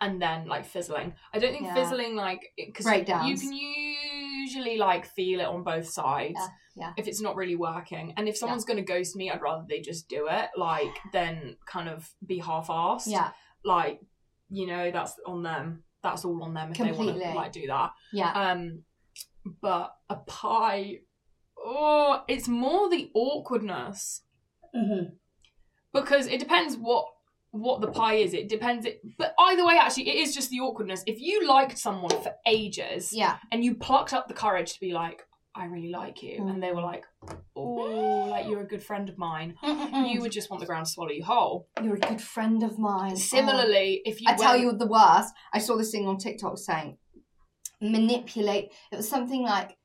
[SPEAKER 2] And then like fizzling. I don't think
[SPEAKER 1] Yeah.
[SPEAKER 2] fizzling like because you
[SPEAKER 1] Breakdowns.
[SPEAKER 2] can usually like feel it on both sides.
[SPEAKER 1] Yeah, yeah.
[SPEAKER 2] If it's not really working, and if someone's gonna ghost me, I'd rather they just do it, like then kind of be half-assed.
[SPEAKER 1] Yeah,
[SPEAKER 2] Like, you know, that's on them. That's all on them if they want
[SPEAKER 1] Completely.
[SPEAKER 2] to like do that.
[SPEAKER 1] yeah,
[SPEAKER 2] Um, but a pie, oh, it's more the awkwardness Mm-hmm.
[SPEAKER 1] Mhm.
[SPEAKER 2] because it depends what what the pie is. It depends. It, but either way, actually, it is just the awkwardness. If you liked someone for ages
[SPEAKER 1] yeah,
[SPEAKER 2] and you plucked up the courage to be like, I really like you, and they were like, oh, like you're a good friend of mine.
[SPEAKER 1] Mm.
[SPEAKER 2] You would just want the ground to swallow you whole.
[SPEAKER 1] You're a good friend of mine. Oh.
[SPEAKER 2] Similarly, if you
[SPEAKER 1] I tell
[SPEAKER 2] went-
[SPEAKER 1] you the worst. I saw this thing on TikTok saying manipulate. It was something like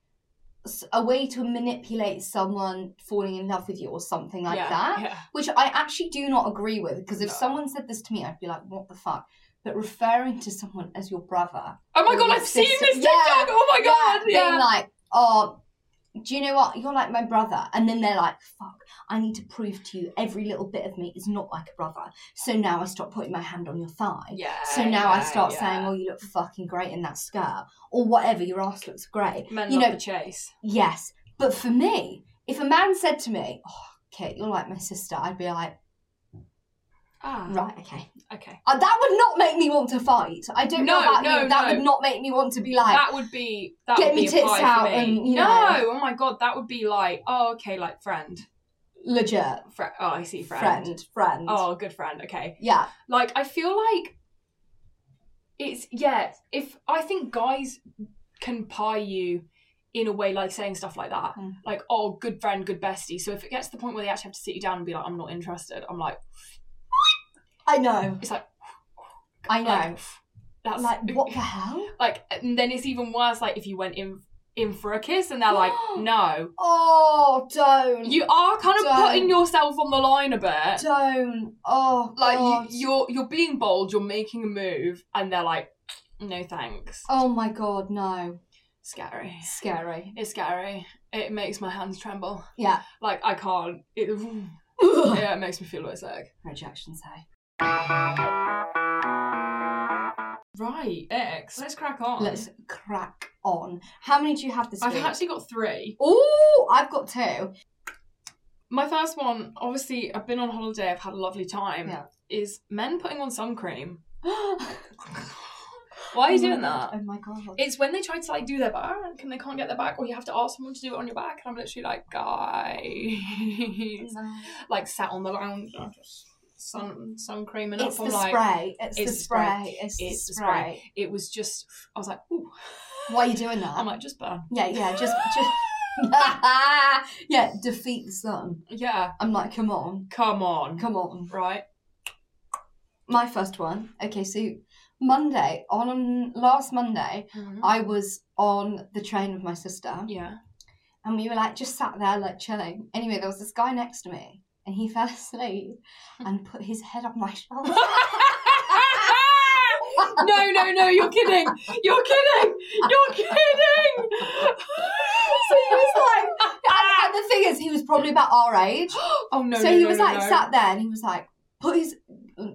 [SPEAKER 1] s- a way to manipulate someone falling in love with you or something like
[SPEAKER 2] Yeah,
[SPEAKER 1] that,
[SPEAKER 2] yeah.
[SPEAKER 1] which I actually do not agree with because if
[SPEAKER 2] No.
[SPEAKER 1] someone said this to me, I'd be like, what the fuck? But referring to someone as your brother,
[SPEAKER 2] Oh my
[SPEAKER 1] Or
[SPEAKER 2] god,
[SPEAKER 1] your
[SPEAKER 2] I've seen
[SPEAKER 1] sister-
[SPEAKER 2] this
[SPEAKER 1] Yeah,
[SPEAKER 2] TikTok. oh my god,
[SPEAKER 1] yeah,
[SPEAKER 2] yeah.
[SPEAKER 1] being like, oh, do you know what? You're like my brother, and then they're like, fuck. I need to prove to you every little bit of me is not like a brother. So now I stop putting my hand on your thigh.
[SPEAKER 2] Yeah.
[SPEAKER 1] So now I
[SPEAKER 2] yeah,
[SPEAKER 1] start
[SPEAKER 2] yeah.
[SPEAKER 1] saying, "Oh, you look fucking great in that skirt," or whatever. Your ass looks great.
[SPEAKER 2] Men
[SPEAKER 1] you
[SPEAKER 2] love
[SPEAKER 1] know-
[SPEAKER 2] the chase.
[SPEAKER 1] Yes, but for me, if a man said to me, "Oh, Kate, you're like my sister," I'd be like,
[SPEAKER 2] Ah,
[SPEAKER 1] "Right, okay."
[SPEAKER 2] Okay.
[SPEAKER 1] Uh, that would not make me want to fight. I don't know
[SPEAKER 2] No,
[SPEAKER 1] about
[SPEAKER 2] no,
[SPEAKER 1] you. That
[SPEAKER 2] no.
[SPEAKER 1] would not make me want to be like,
[SPEAKER 2] that would be that
[SPEAKER 1] Get
[SPEAKER 2] would be
[SPEAKER 1] me
[SPEAKER 2] a
[SPEAKER 1] tits
[SPEAKER 2] pie for
[SPEAKER 1] out
[SPEAKER 2] me.
[SPEAKER 1] and, you
[SPEAKER 2] no,
[SPEAKER 1] know.
[SPEAKER 2] oh my god, that would be like, oh okay, like friend,
[SPEAKER 1] legit
[SPEAKER 2] Fri oh I see friend.
[SPEAKER 1] friend, friend.
[SPEAKER 2] oh good friend, okay.
[SPEAKER 1] Yeah,
[SPEAKER 2] Like I feel like it's yeah. If I think guys can pie you in a way like saying stuff like that,
[SPEAKER 1] Mm.
[SPEAKER 2] like oh good friend, good bestie. So if it gets to the point where they actually have to sit you down and be like, I'm not interested, I'm like,
[SPEAKER 1] I know.
[SPEAKER 2] it's like
[SPEAKER 1] I know.
[SPEAKER 2] like, that's
[SPEAKER 1] Like, what the hell?
[SPEAKER 2] like and then it's even worse like if you went in in for a kiss and they're like no
[SPEAKER 1] Oh, don't.
[SPEAKER 2] you are kind of
[SPEAKER 1] Don't.
[SPEAKER 2] putting yourself on the line a bit
[SPEAKER 1] don't. Oh, God.
[SPEAKER 2] like you, you're you're being bold you're making a move and they're like no thanks
[SPEAKER 1] Oh my God, no.
[SPEAKER 2] scary
[SPEAKER 1] Scary.
[SPEAKER 2] it's scary it makes my hands tremble
[SPEAKER 1] Yeah.
[SPEAKER 2] like i can't it, yeah it makes me feel a bit sick
[SPEAKER 1] Rejection say.
[SPEAKER 2] right x let's crack on
[SPEAKER 1] Let's crack on. How many do you have this
[SPEAKER 2] i've
[SPEAKER 1] week?
[SPEAKER 2] actually got three
[SPEAKER 1] Oh, I've got two.
[SPEAKER 2] my first one obviously i've been on holiday i've had a lovely time
[SPEAKER 1] Yeah.
[SPEAKER 2] is men putting on sun cream
[SPEAKER 1] Why
[SPEAKER 2] why are you doing that
[SPEAKER 1] Oh my god.
[SPEAKER 2] It's when they try to like do their back and they can't get their back, or you have to ask someone to do it on your back, and I'm literally like, guys, like sat on the lounge, and I'm just sun sun creaming
[SPEAKER 1] It's
[SPEAKER 2] up. I'm
[SPEAKER 1] the
[SPEAKER 2] like,
[SPEAKER 1] spray. It's,
[SPEAKER 2] it's
[SPEAKER 1] the
[SPEAKER 2] the spray.
[SPEAKER 1] spray. It's,
[SPEAKER 2] It's the
[SPEAKER 1] the
[SPEAKER 2] spray.
[SPEAKER 1] spray.
[SPEAKER 2] it was just, I was like, ooh,
[SPEAKER 1] Why are you doing that?
[SPEAKER 2] I might just burn.
[SPEAKER 1] yeah, yeah, just, just. yeah, defeat the sun.
[SPEAKER 2] Yeah,
[SPEAKER 1] I'm like, come on,
[SPEAKER 2] come on,
[SPEAKER 1] come on.
[SPEAKER 2] right?
[SPEAKER 1] My first one. Okay, so Monday on last Monday, I was on the train with my sister.
[SPEAKER 2] Um, yeah,
[SPEAKER 1] and we were like just sat there like chilling. Anyway, there was this guy next to me, and he fell asleep and put his head on my shoulder.
[SPEAKER 2] no, no, no, you're kidding, you're kidding, you're kidding.
[SPEAKER 1] So he was like, and, and the thing is, he was probably about our age.
[SPEAKER 2] oh no,
[SPEAKER 1] so
[SPEAKER 2] no,
[SPEAKER 1] he
[SPEAKER 2] no,
[SPEAKER 1] was
[SPEAKER 2] no,
[SPEAKER 1] like
[SPEAKER 2] no.
[SPEAKER 1] sat there, and he was like, put his.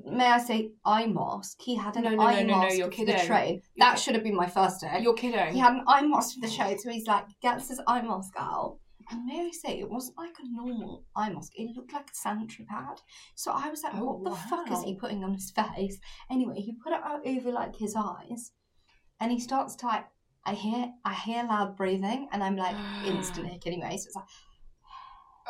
[SPEAKER 1] May I say eye mask? He had an
[SPEAKER 2] No, no,
[SPEAKER 1] eye
[SPEAKER 2] no, no, no,
[SPEAKER 1] mask
[SPEAKER 2] you're
[SPEAKER 1] for the
[SPEAKER 2] kidding.
[SPEAKER 1] train.
[SPEAKER 2] You're
[SPEAKER 1] that
[SPEAKER 2] kid-
[SPEAKER 1] should have been my first day.
[SPEAKER 2] You're kidding.
[SPEAKER 1] He had an eye mask for the show, so he's like gets his eye mask out. And may I say, it wasn't like a normal eye mask. It looked like a sanitary pad. So I was like,
[SPEAKER 2] Oh,
[SPEAKER 1] what the fuck is
[SPEAKER 2] wow.
[SPEAKER 1] he putting on his face? Anyway, he put it out over like his eyes and he starts to like I hear I hear loud breathing, and I'm like instantly hick anyway. So it's like,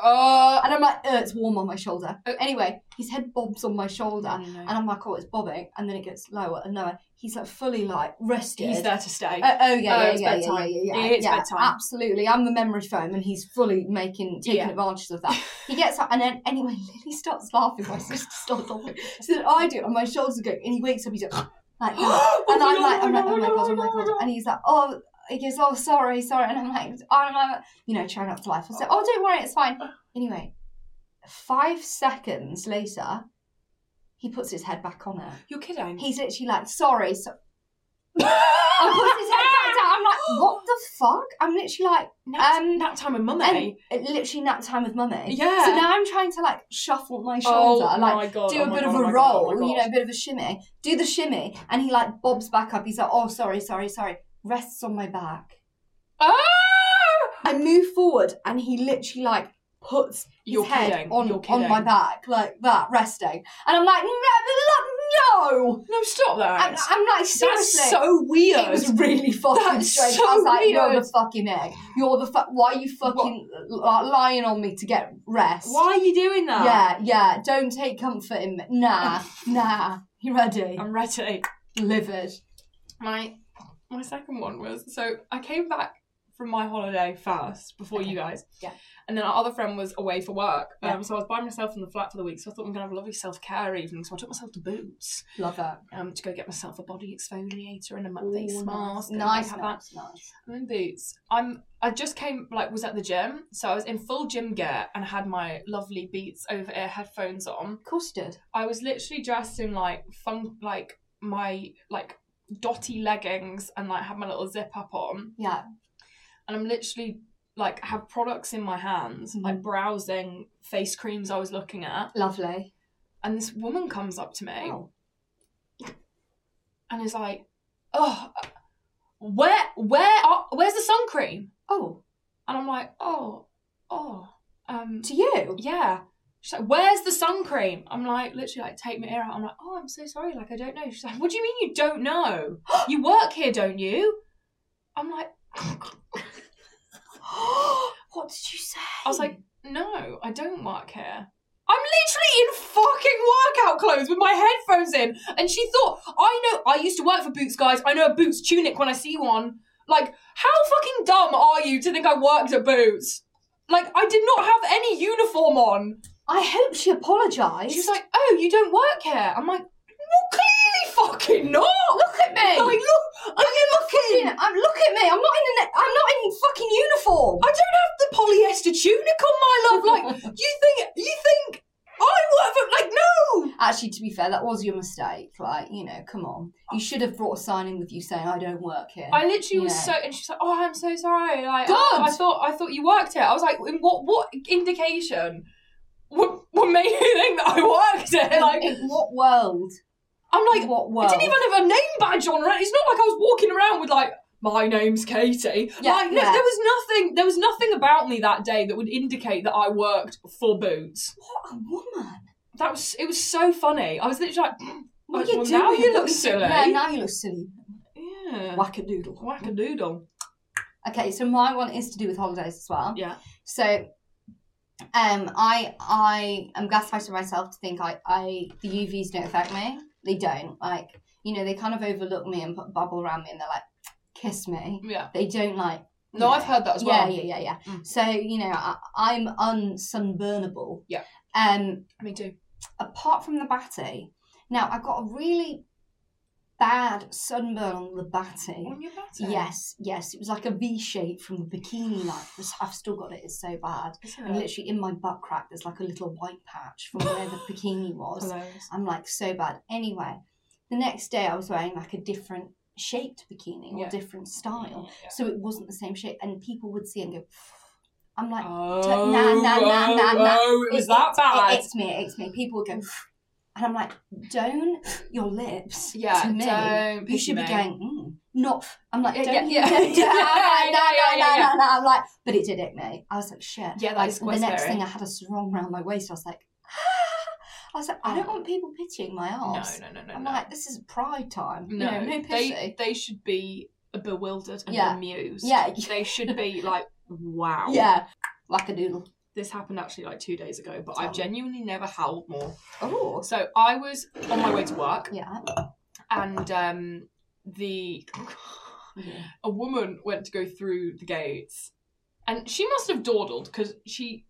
[SPEAKER 2] Oh,
[SPEAKER 1] and I'm like, "Ugh, it's warm on my shoulder. Anyway, his head bobs on my shoulder, and I'm like, oh, it's bobbing, and then it gets lower and lower. He's like fully like rested.
[SPEAKER 2] he's there to stay.
[SPEAKER 1] Uh,
[SPEAKER 2] Oh,
[SPEAKER 1] oh yeah, yeah,
[SPEAKER 2] it's
[SPEAKER 1] yeah, yeah, yeah,
[SPEAKER 2] bedtime.
[SPEAKER 1] yeah, yeah,
[SPEAKER 2] It is
[SPEAKER 1] yeah,
[SPEAKER 2] bedtime.
[SPEAKER 1] Absolutely, I'm the memory foam, and he's fully making taking
[SPEAKER 2] Yeah.
[SPEAKER 1] advantage of that. He gets up, and then anyway, Lily starts laughing. My sister starts laughing, so then I do, and my shoulders go, and he wakes up, he's like, like that,
[SPEAKER 2] Oh
[SPEAKER 1] and
[SPEAKER 2] my God,
[SPEAKER 1] I'm like,
[SPEAKER 2] oh my
[SPEAKER 1] I'm like, oh my
[SPEAKER 2] God,
[SPEAKER 1] god, oh my
[SPEAKER 2] oh my
[SPEAKER 1] god, and he's like, oh. He goes, oh, sorry, sorry. And I'm like, I'm like, you know, trying not to laugh. I said, oh, don't worry, it's fine. Anyway, five seconds later, he puts his head back on it.
[SPEAKER 2] You're kidding.
[SPEAKER 1] He's literally like, sorry, so- I puts his head back down. I'm like, what the fuck? I'm literally like,
[SPEAKER 2] Nap,
[SPEAKER 1] um,
[SPEAKER 2] nap time with mummy.
[SPEAKER 1] and it literally nap time with mummy.
[SPEAKER 2] Yeah. Oh
[SPEAKER 1] So now I'm trying to like shuffle my shoulder, like
[SPEAKER 2] my god.
[SPEAKER 1] do
[SPEAKER 2] oh
[SPEAKER 1] a
[SPEAKER 2] my
[SPEAKER 1] bit
[SPEAKER 2] God,
[SPEAKER 1] of
[SPEAKER 2] oh
[SPEAKER 1] a
[SPEAKER 2] my God, oh
[SPEAKER 1] roll,
[SPEAKER 2] my
[SPEAKER 1] you
[SPEAKER 2] God.
[SPEAKER 1] know, a bit of a shimmy. Do the shimmy, and he like bobs back up. He's like, oh, sorry, sorry, sorry. Rests on my back.
[SPEAKER 2] Ah! Oh!
[SPEAKER 1] I move forward, and he literally like puts his
[SPEAKER 2] You're
[SPEAKER 1] head
[SPEAKER 2] kidding.
[SPEAKER 1] on
[SPEAKER 2] You're
[SPEAKER 1] on my
[SPEAKER 2] kidding.
[SPEAKER 1] back like that, resting. And I'm like, no, no.
[SPEAKER 2] No, stop that.
[SPEAKER 1] I'm, I'm like seriously.
[SPEAKER 2] That's so weird.
[SPEAKER 1] It was really fucking
[SPEAKER 2] That's
[SPEAKER 1] strange.
[SPEAKER 2] so
[SPEAKER 1] I was like, you're
[SPEAKER 2] weird.
[SPEAKER 1] the fucking egg. You're the fuck. Why are you fucking li- lying on me to get rest?
[SPEAKER 2] Why are you doing that?
[SPEAKER 1] Yeah, yeah. Don't take comfort in me. Nah, nah. You ready?
[SPEAKER 2] I'm ready.
[SPEAKER 1] livid.
[SPEAKER 2] My my second one was so I came back from my holiday first before
[SPEAKER 1] Okay.
[SPEAKER 2] you guys.
[SPEAKER 1] Yeah.
[SPEAKER 2] And then our other friend was away for work.
[SPEAKER 1] Yeah.
[SPEAKER 2] Um, so I was by myself in the flat for the week. So I thought I'm gonna have a lovely self care evening. So I took myself to Boots
[SPEAKER 1] Love that.
[SPEAKER 2] um, to go get myself a body exfoliator and a matte face mask. and
[SPEAKER 1] Nice,
[SPEAKER 2] have that.
[SPEAKER 1] nice, nice.
[SPEAKER 2] I'm in Boots. I'm. I just came like was at the gym, so I was in full gym gear and had my lovely Beats over ear headphones on.
[SPEAKER 1] Of course you did.
[SPEAKER 2] I was literally dressed in like fun, like my like dotty leggings and like had my little zip up on,
[SPEAKER 1] Yeah.
[SPEAKER 2] and I'm literally like have products in my hands, like browsing face creams I was looking at,
[SPEAKER 1] Lovely.
[SPEAKER 2] and this woman comes up to me
[SPEAKER 1] Oh.
[SPEAKER 2] and is like, "Oh, where where are, where's the sun cream?"
[SPEAKER 1] Oh,
[SPEAKER 2] And I'm like, "Oh, oh, um,
[SPEAKER 1] to you.
[SPEAKER 2] yeah. She's like, where's the sun cream? I'm like, literally, like, take my ear out. I'm like, oh, I'm so sorry. Like, I don't know. She's like, what do you mean you don't know? You work here, don't you? I'm like,
[SPEAKER 1] what did you say?
[SPEAKER 2] I was like, no, I don't work here. I'm literally in fucking workout clothes with my headphones in. And she thought, I know, I used to work for Boots, guys. I know a Boots tunic when I see one. Like, how fucking dumb are you to think I worked at Boots? Like, I did not have any uniform on.
[SPEAKER 1] I hope she apologised.
[SPEAKER 2] She's like, oh, you don't work here. I'm like, well, clearly fucking not. Look at
[SPEAKER 1] me.
[SPEAKER 2] Like, look, I'm looking.
[SPEAKER 1] I'm, look at me. I'm not in an, I'm not in fucking uniform.
[SPEAKER 2] I don't have the polyester tunic on, my love. Like, you think, you think I work for, like, no.
[SPEAKER 1] Actually, to be fair, that was your mistake. Like, you know, come on. You should have brought a sign in with you saying, I don't work here.
[SPEAKER 2] I literally
[SPEAKER 1] Yeah.
[SPEAKER 2] was so, and she's like, oh, I'm so sorry. Like,
[SPEAKER 1] Good.
[SPEAKER 2] I, I thought, I thought you worked here. I was like, in what, what indication would, would make you think that I worked here?
[SPEAKER 1] in,
[SPEAKER 2] Like,
[SPEAKER 1] in what world?
[SPEAKER 2] I'm like,
[SPEAKER 1] what
[SPEAKER 2] I
[SPEAKER 1] world?
[SPEAKER 2] didn't even have a name badge on. right? It's not like I was walking around with like my name's Katie.
[SPEAKER 1] Yeah,
[SPEAKER 2] like no,
[SPEAKER 1] yeah.
[SPEAKER 2] there was nothing. There was nothing about me that day that would indicate that I worked for Boots.
[SPEAKER 1] What a woman.
[SPEAKER 2] That was. It was so funny. I was literally like,
[SPEAKER 1] What
[SPEAKER 2] Like,
[SPEAKER 1] are you
[SPEAKER 2] well,
[SPEAKER 1] doing?
[SPEAKER 2] now you look
[SPEAKER 1] What are
[SPEAKER 2] silly.
[SPEAKER 1] Yeah, now you look silly.
[SPEAKER 2] yeah,
[SPEAKER 1] Whack a doodle.
[SPEAKER 2] whack a doodle.
[SPEAKER 1] Okay, so my one is to do with holidays as well.
[SPEAKER 2] Yeah.
[SPEAKER 1] So, um, I I am gaslighting myself to think I I the UVs don't affect me. They don't. Like you know, they kind of overlook me and put a bubble around me, and they're like, kiss me.
[SPEAKER 2] Yeah.
[SPEAKER 1] They don't like.
[SPEAKER 2] No,
[SPEAKER 1] Yeah.
[SPEAKER 2] I've heard that as well.
[SPEAKER 1] Yeah, yeah, yeah, yeah.
[SPEAKER 2] Mm.
[SPEAKER 1] So you know, I, I'm unsunburnable.
[SPEAKER 2] Yeah.
[SPEAKER 1] Um,
[SPEAKER 2] Me too.
[SPEAKER 1] apart from the batty, now I got a really bad sunburn on the batty.
[SPEAKER 2] On your batter.
[SPEAKER 1] Yes, yes. It was like a V shape from the bikini line. This- I've still got it. It's so bad.
[SPEAKER 2] Isn't
[SPEAKER 1] And
[SPEAKER 2] it?
[SPEAKER 1] literally in my butt crack, there's like a little white patch from where the bikini was.
[SPEAKER 2] Hilarious.
[SPEAKER 1] I'm like so bad. Anyway, the next day I was wearing like a different shaped bikini or
[SPEAKER 2] Yeah.
[SPEAKER 1] different style.
[SPEAKER 2] Yeah.
[SPEAKER 1] So it wasn't the same shape. And people would see and go, I'm like,
[SPEAKER 2] Oh,
[SPEAKER 1] nah, nah, nah,
[SPEAKER 2] oh,
[SPEAKER 1] nah, nah.
[SPEAKER 2] oh, it was that bad.
[SPEAKER 1] It, it's me, it's me. People would go, and I'm like, don't your lips
[SPEAKER 2] yeah,
[SPEAKER 1] to me.
[SPEAKER 2] don't
[SPEAKER 1] You
[SPEAKER 2] piss
[SPEAKER 1] should be
[SPEAKER 2] me.
[SPEAKER 1] going, mm, not. I'm like,
[SPEAKER 2] Yeah,
[SPEAKER 1] don't
[SPEAKER 2] yeah,
[SPEAKER 1] you
[SPEAKER 2] yeah.
[SPEAKER 1] know, don't-
[SPEAKER 2] Yeah,
[SPEAKER 1] I'm like, no,
[SPEAKER 2] yeah, yeah,
[SPEAKER 1] no, no,
[SPEAKER 2] yeah.
[SPEAKER 1] no, no. I'm like, but it did it, mate. I was like, shit.
[SPEAKER 2] Yeah, that
[SPEAKER 1] like,
[SPEAKER 2] is
[SPEAKER 1] The next
[SPEAKER 2] Squidberry.
[SPEAKER 1] thing I had a sarong round my waist. I was like, "Ah." I was like, I don't
[SPEAKER 2] Oh.
[SPEAKER 1] want people pitying my
[SPEAKER 2] No,
[SPEAKER 1] arse.
[SPEAKER 2] no, no, no.
[SPEAKER 1] "Oh, I'm
[SPEAKER 2] no.
[SPEAKER 1] like, this is pride time.
[SPEAKER 2] No,
[SPEAKER 1] you know, no pity.
[SPEAKER 2] they they should be bewildered and
[SPEAKER 1] Yeah.
[SPEAKER 2] amused.
[SPEAKER 1] Yeah.
[SPEAKER 2] They should be like, wow.
[SPEAKER 1] Yeah. Like a doodle.
[SPEAKER 2] This happened actually like two days ago, but
[SPEAKER 1] Oh.
[SPEAKER 2] I've genuinely never howled more.
[SPEAKER 1] Oh.
[SPEAKER 2] So I was on my way to work
[SPEAKER 1] Yeah.
[SPEAKER 2] and um, the a woman went to go through the gates and she must have dawdled because she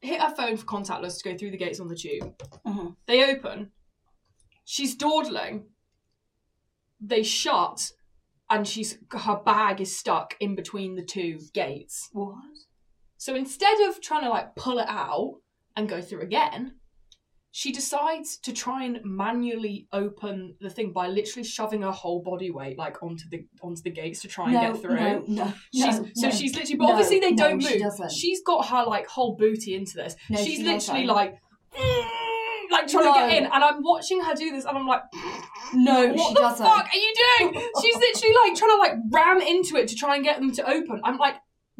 [SPEAKER 2] hit her phone for contactless to go through the gates on the tube.
[SPEAKER 1] Mhm.
[SPEAKER 2] They open. She's dawdling. They shut, and she's her bag is stuck in between the two gates.
[SPEAKER 1] What?
[SPEAKER 2] So instead of trying to like pull it out and go through again, she decides to try and manually open the thing by literally shoving her whole body weight like onto the onto the gates to try and
[SPEAKER 1] no,
[SPEAKER 2] get through.
[SPEAKER 1] No, no,
[SPEAKER 2] She's,
[SPEAKER 1] no,
[SPEAKER 2] so
[SPEAKER 1] no.
[SPEAKER 2] she's literally, but
[SPEAKER 1] No,
[SPEAKER 2] obviously they
[SPEAKER 1] no,
[SPEAKER 2] don't
[SPEAKER 1] she
[SPEAKER 2] move.
[SPEAKER 1] doesn't.
[SPEAKER 2] She's got her like whole booty into this.
[SPEAKER 1] No,
[SPEAKER 2] she's
[SPEAKER 1] she knows
[SPEAKER 2] literally
[SPEAKER 1] that.
[SPEAKER 2] like, "Mm," like trying to
[SPEAKER 1] No.
[SPEAKER 2] get in, and I'm watching her do this, and I'm like,
[SPEAKER 1] No,
[SPEAKER 2] what
[SPEAKER 1] she
[SPEAKER 2] the
[SPEAKER 1] doesn't.
[SPEAKER 2] fuck are you doing? She's literally like trying to like ram into it to try and get them to open. I'm like,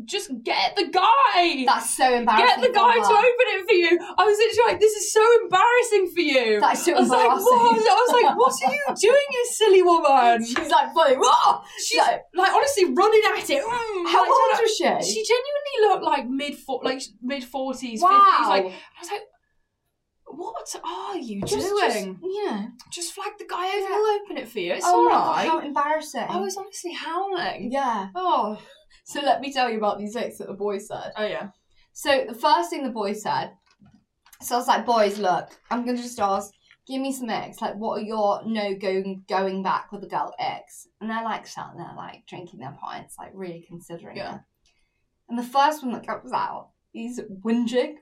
[SPEAKER 2] just get the guy.
[SPEAKER 1] That's so embarrassing.
[SPEAKER 2] Get the
[SPEAKER 1] for
[SPEAKER 2] guy to
[SPEAKER 1] her.
[SPEAKER 2] open it for you. I was literally like, this is so embarrassing for you.
[SPEAKER 1] That's so
[SPEAKER 2] I was like,
[SPEAKER 1] embarrassing.
[SPEAKER 2] "What?" I was like, what are you doing, you silly woman?
[SPEAKER 1] She's like, fully, what?
[SPEAKER 2] She's like, honestly running at it. Mm,
[SPEAKER 1] How
[SPEAKER 2] like, trying
[SPEAKER 1] old
[SPEAKER 2] to-
[SPEAKER 1] was she?
[SPEAKER 2] she genuinely looked like mid for like mid forties,
[SPEAKER 1] wow.
[SPEAKER 2] fifties. Like I was like, what are you
[SPEAKER 1] just, just,
[SPEAKER 2] doing?
[SPEAKER 1] you know.
[SPEAKER 2] Just, flag the guy over.
[SPEAKER 1] Yeah.
[SPEAKER 2] He'll open it for you. It's
[SPEAKER 1] oh
[SPEAKER 2] all
[SPEAKER 1] my god,
[SPEAKER 2] right.
[SPEAKER 1] how embarrassing.
[SPEAKER 2] I was honestly howling.
[SPEAKER 1] yeah.
[SPEAKER 2] Oh,
[SPEAKER 1] So let me tell you about these licks that the boy said.
[SPEAKER 2] oh yeah.
[SPEAKER 1] So the first thing the boy said, so I was like, boys, look, I'm gonna just ask, give me some X. Like, what are your no going going back with a girl X? And they're like shouting, they're like drinking their pints, like really considering
[SPEAKER 2] Yeah.
[SPEAKER 1] it. And the first one that comes out, he's whinging.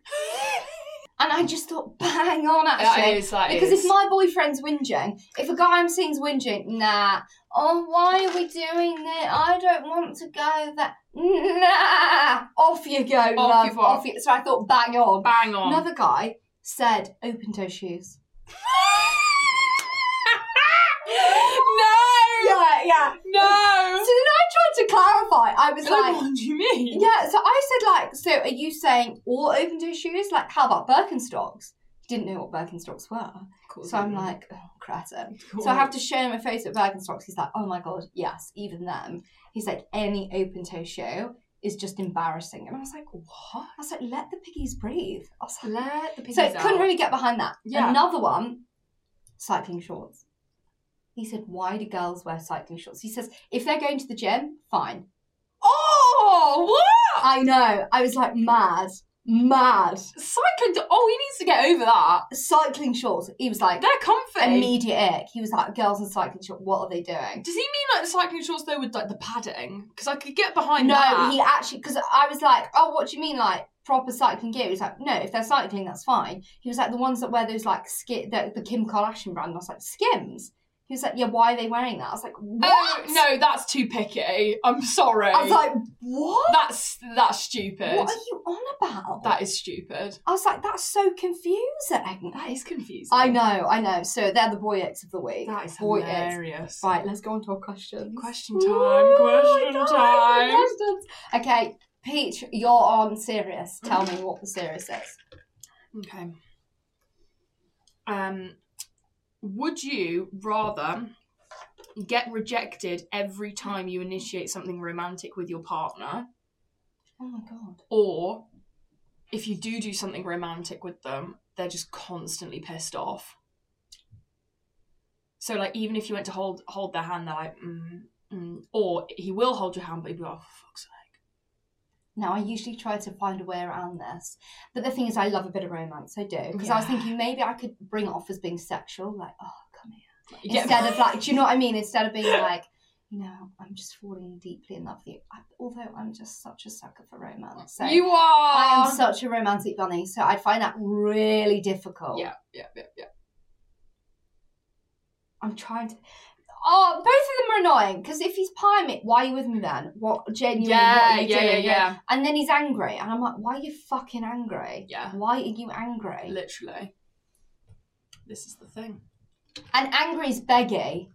[SPEAKER 1] and I just thought, bang on actually.
[SPEAKER 2] is like
[SPEAKER 1] because if my boyfriend's whinging, if a guy I'm seeing's whinging, nah. Oh, why are we doing this? I don't want to go there. Nah. Off you go,
[SPEAKER 2] you
[SPEAKER 1] love.
[SPEAKER 2] go.
[SPEAKER 1] off you. So I thought, bang on.
[SPEAKER 2] bang on.
[SPEAKER 1] Another guy said, open toe shoes.
[SPEAKER 2] no,
[SPEAKER 1] Yeah, yeah. So
[SPEAKER 2] no.
[SPEAKER 1] then I tried to clarify. I was
[SPEAKER 2] Like,
[SPEAKER 1] like,
[SPEAKER 2] what do you mean?
[SPEAKER 1] yeah. So I said, like, so are you saying all open toe shoes? Like, how about Birkenstocks? Didn't know what Birkenstocks were. So I'm like, oh, cretin. So I have to show him a photo of Birkenstocks. He's like, oh my god, yes, even them. He's like, any open toe show is just embarrassing. And I was like, what? I was like, let the piggies breathe. I was like,
[SPEAKER 2] let the
[SPEAKER 1] so I couldn't really get behind that.
[SPEAKER 2] Yeah.
[SPEAKER 1] Another one, cycling shorts. He said, why do girls wear cycling shorts? He says, if they're going to the gym, fine.
[SPEAKER 2] Oh, what?
[SPEAKER 1] I know. I was like, mad, mad.
[SPEAKER 2] Cycling. Oh, he needs to get over that.
[SPEAKER 1] Cycling shorts. He was like,
[SPEAKER 2] They're comfy.
[SPEAKER 1] immediate ick. He was like, girls in cycling shorts, what are they doing?
[SPEAKER 2] Does he mean like the cycling shorts though with like the padding? Because I could get behind
[SPEAKER 1] No,
[SPEAKER 2] that.
[SPEAKER 1] he actually because I was like, oh, what do you mean like proper cycling gear? He was like, no, if they're cycling, that's fine. He was like the ones that wear those like skit the, the Kim Kardashian brand. I was like Skims. He was like, yeah, why are they wearing that? I was like,
[SPEAKER 2] Oh,
[SPEAKER 1] what?
[SPEAKER 2] no, that's too picky. I'm sorry.
[SPEAKER 1] I was like, what?
[SPEAKER 2] that's that's stupid.
[SPEAKER 1] What are you on about?
[SPEAKER 2] That is stupid.
[SPEAKER 1] I was like, that's so confusing.
[SPEAKER 2] That is confusing.
[SPEAKER 1] I know, I know. So they're the boy eggs of the week.
[SPEAKER 2] That is
[SPEAKER 1] boy eggs.
[SPEAKER 2] hilarious.
[SPEAKER 1] Right, let's go on to our questions.
[SPEAKER 2] Question time. Question
[SPEAKER 1] Ooh,
[SPEAKER 2] time.
[SPEAKER 1] questions. Okay, Peach, you're on serious. Tell me what the serious is.
[SPEAKER 2] Okay. Um, would you rather get rejected every time you initiate something romantic with your partner,
[SPEAKER 1] Oh my god.
[SPEAKER 2] or if you do do something romantic with them, they're just constantly pissed off? So, like, even if you went to hold hold their hand, they're like, mm, mm. or he will hold your hand, but he'll be like, oh, for fuck's sake.
[SPEAKER 1] Now I usually try to find a way around this, but the thing is, I love a bit of romance. I do because I was
[SPEAKER 2] Yeah.
[SPEAKER 1] thinking maybe I could bring it off as being sexual, like oh come here,
[SPEAKER 2] Yeah.
[SPEAKER 1] instead of like, do you know what I mean? Instead of being like, you know, I'm just falling deeply in love with you. I, although I'm just such a sucker for romance, so
[SPEAKER 2] you are.
[SPEAKER 1] I am such a romantic bunny. So I'd find that really difficult.
[SPEAKER 2] yeah, yeah, yeah, yeah.
[SPEAKER 1] I'm trying to. Oh, both of them are annoying because if he's pyramic, why are you with me then? What genuinely? what
[SPEAKER 2] Yeah,
[SPEAKER 1] are you
[SPEAKER 2] yeah, yeah,
[SPEAKER 1] doing?
[SPEAKER 2] yeah,
[SPEAKER 1] And then he's angry, and I'm like, why are you fucking angry?
[SPEAKER 2] yeah.
[SPEAKER 1] Why are you angry?
[SPEAKER 2] Literally. This is the thing.
[SPEAKER 1] And angry's beggy,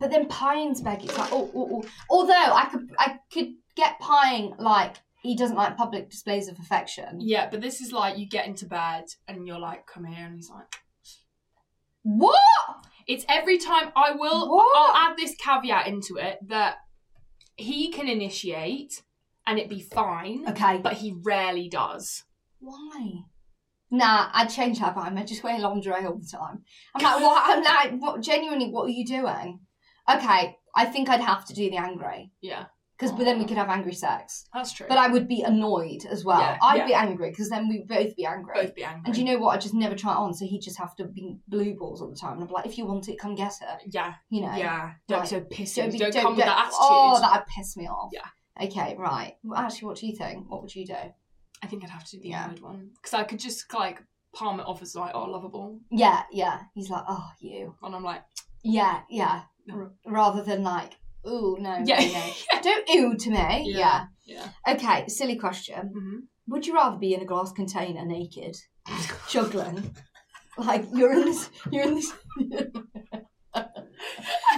[SPEAKER 1] but then pine's beggy. It's like, oh, oh, oh. Although I could, I could get pine like he doesn't like public displays of affection.
[SPEAKER 2] Yeah, but this is like you get into bed and you're like, come here, and he's like,
[SPEAKER 1] What?
[SPEAKER 2] it's every time I will.
[SPEAKER 1] What?
[SPEAKER 2] I'll add this caveat into it that He can initiate and it be fine,
[SPEAKER 1] Okay.
[SPEAKER 2] but he rarely does.
[SPEAKER 1] Why? Nah, I'd change that vibe. I just wear lingerie all the time. I'm like, what? I'm like, what? Genuinely, what are you doing? Okay, I think I'd have to do the angry
[SPEAKER 2] Yeah,
[SPEAKER 1] because, but then we could have angry sex.
[SPEAKER 2] that's true.
[SPEAKER 1] But I would be annoyed as well.
[SPEAKER 2] Yeah,
[SPEAKER 1] I'd
[SPEAKER 2] yeah.
[SPEAKER 1] be angry because then we'd both be angry.
[SPEAKER 2] both be angry.
[SPEAKER 1] And you know what? I just never try it on, so he'd just have to be blue balls all the time. And I'm like, if you want it, come get it.
[SPEAKER 2] yeah,
[SPEAKER 1] You know.
[SPEAKER 2] yeah. Don't
[SPEAKER 1] Like,
[SPEAKER 2] be so pissy. Don't,
[SPEAKER 1] be-
[SPEAKER 2] come with that attitude.
[SPEAKER 1] Oh, that'd piss me off.
[SPEAKER 2] Yeah.
[SPEAKER 1] Okay, right. Well, actually, what do you think? What would you do?
[SPEAKER 2] I think I'd have to do the
[SPEAKER 1] Yeah.
[SPEAKER 2] inward one because I could just like palm it off as like oh lovable,
[SPEAKER 1] Yeah, yeah. He's like, oh, you.
[SPEAKER 2] and I'm like
[SPEAKER 1] Yeah, yeah.
[SPEAKER 2] No.
[SPEAKER 1] R- rather than like, ooh, no,
[SPEAKER 2] Yeah.
[SPEAKER 1] no, no. Don't ooh to me. Yeah.
[SPEAKER 2] Yeah. yeah.
[SPEAKER 1] Okay, silly question.
[SPEAKER 2] mm-hmm.
[SPEAKER 1] Would you rather be in a glass container naked, juggling? like you're in this you're in this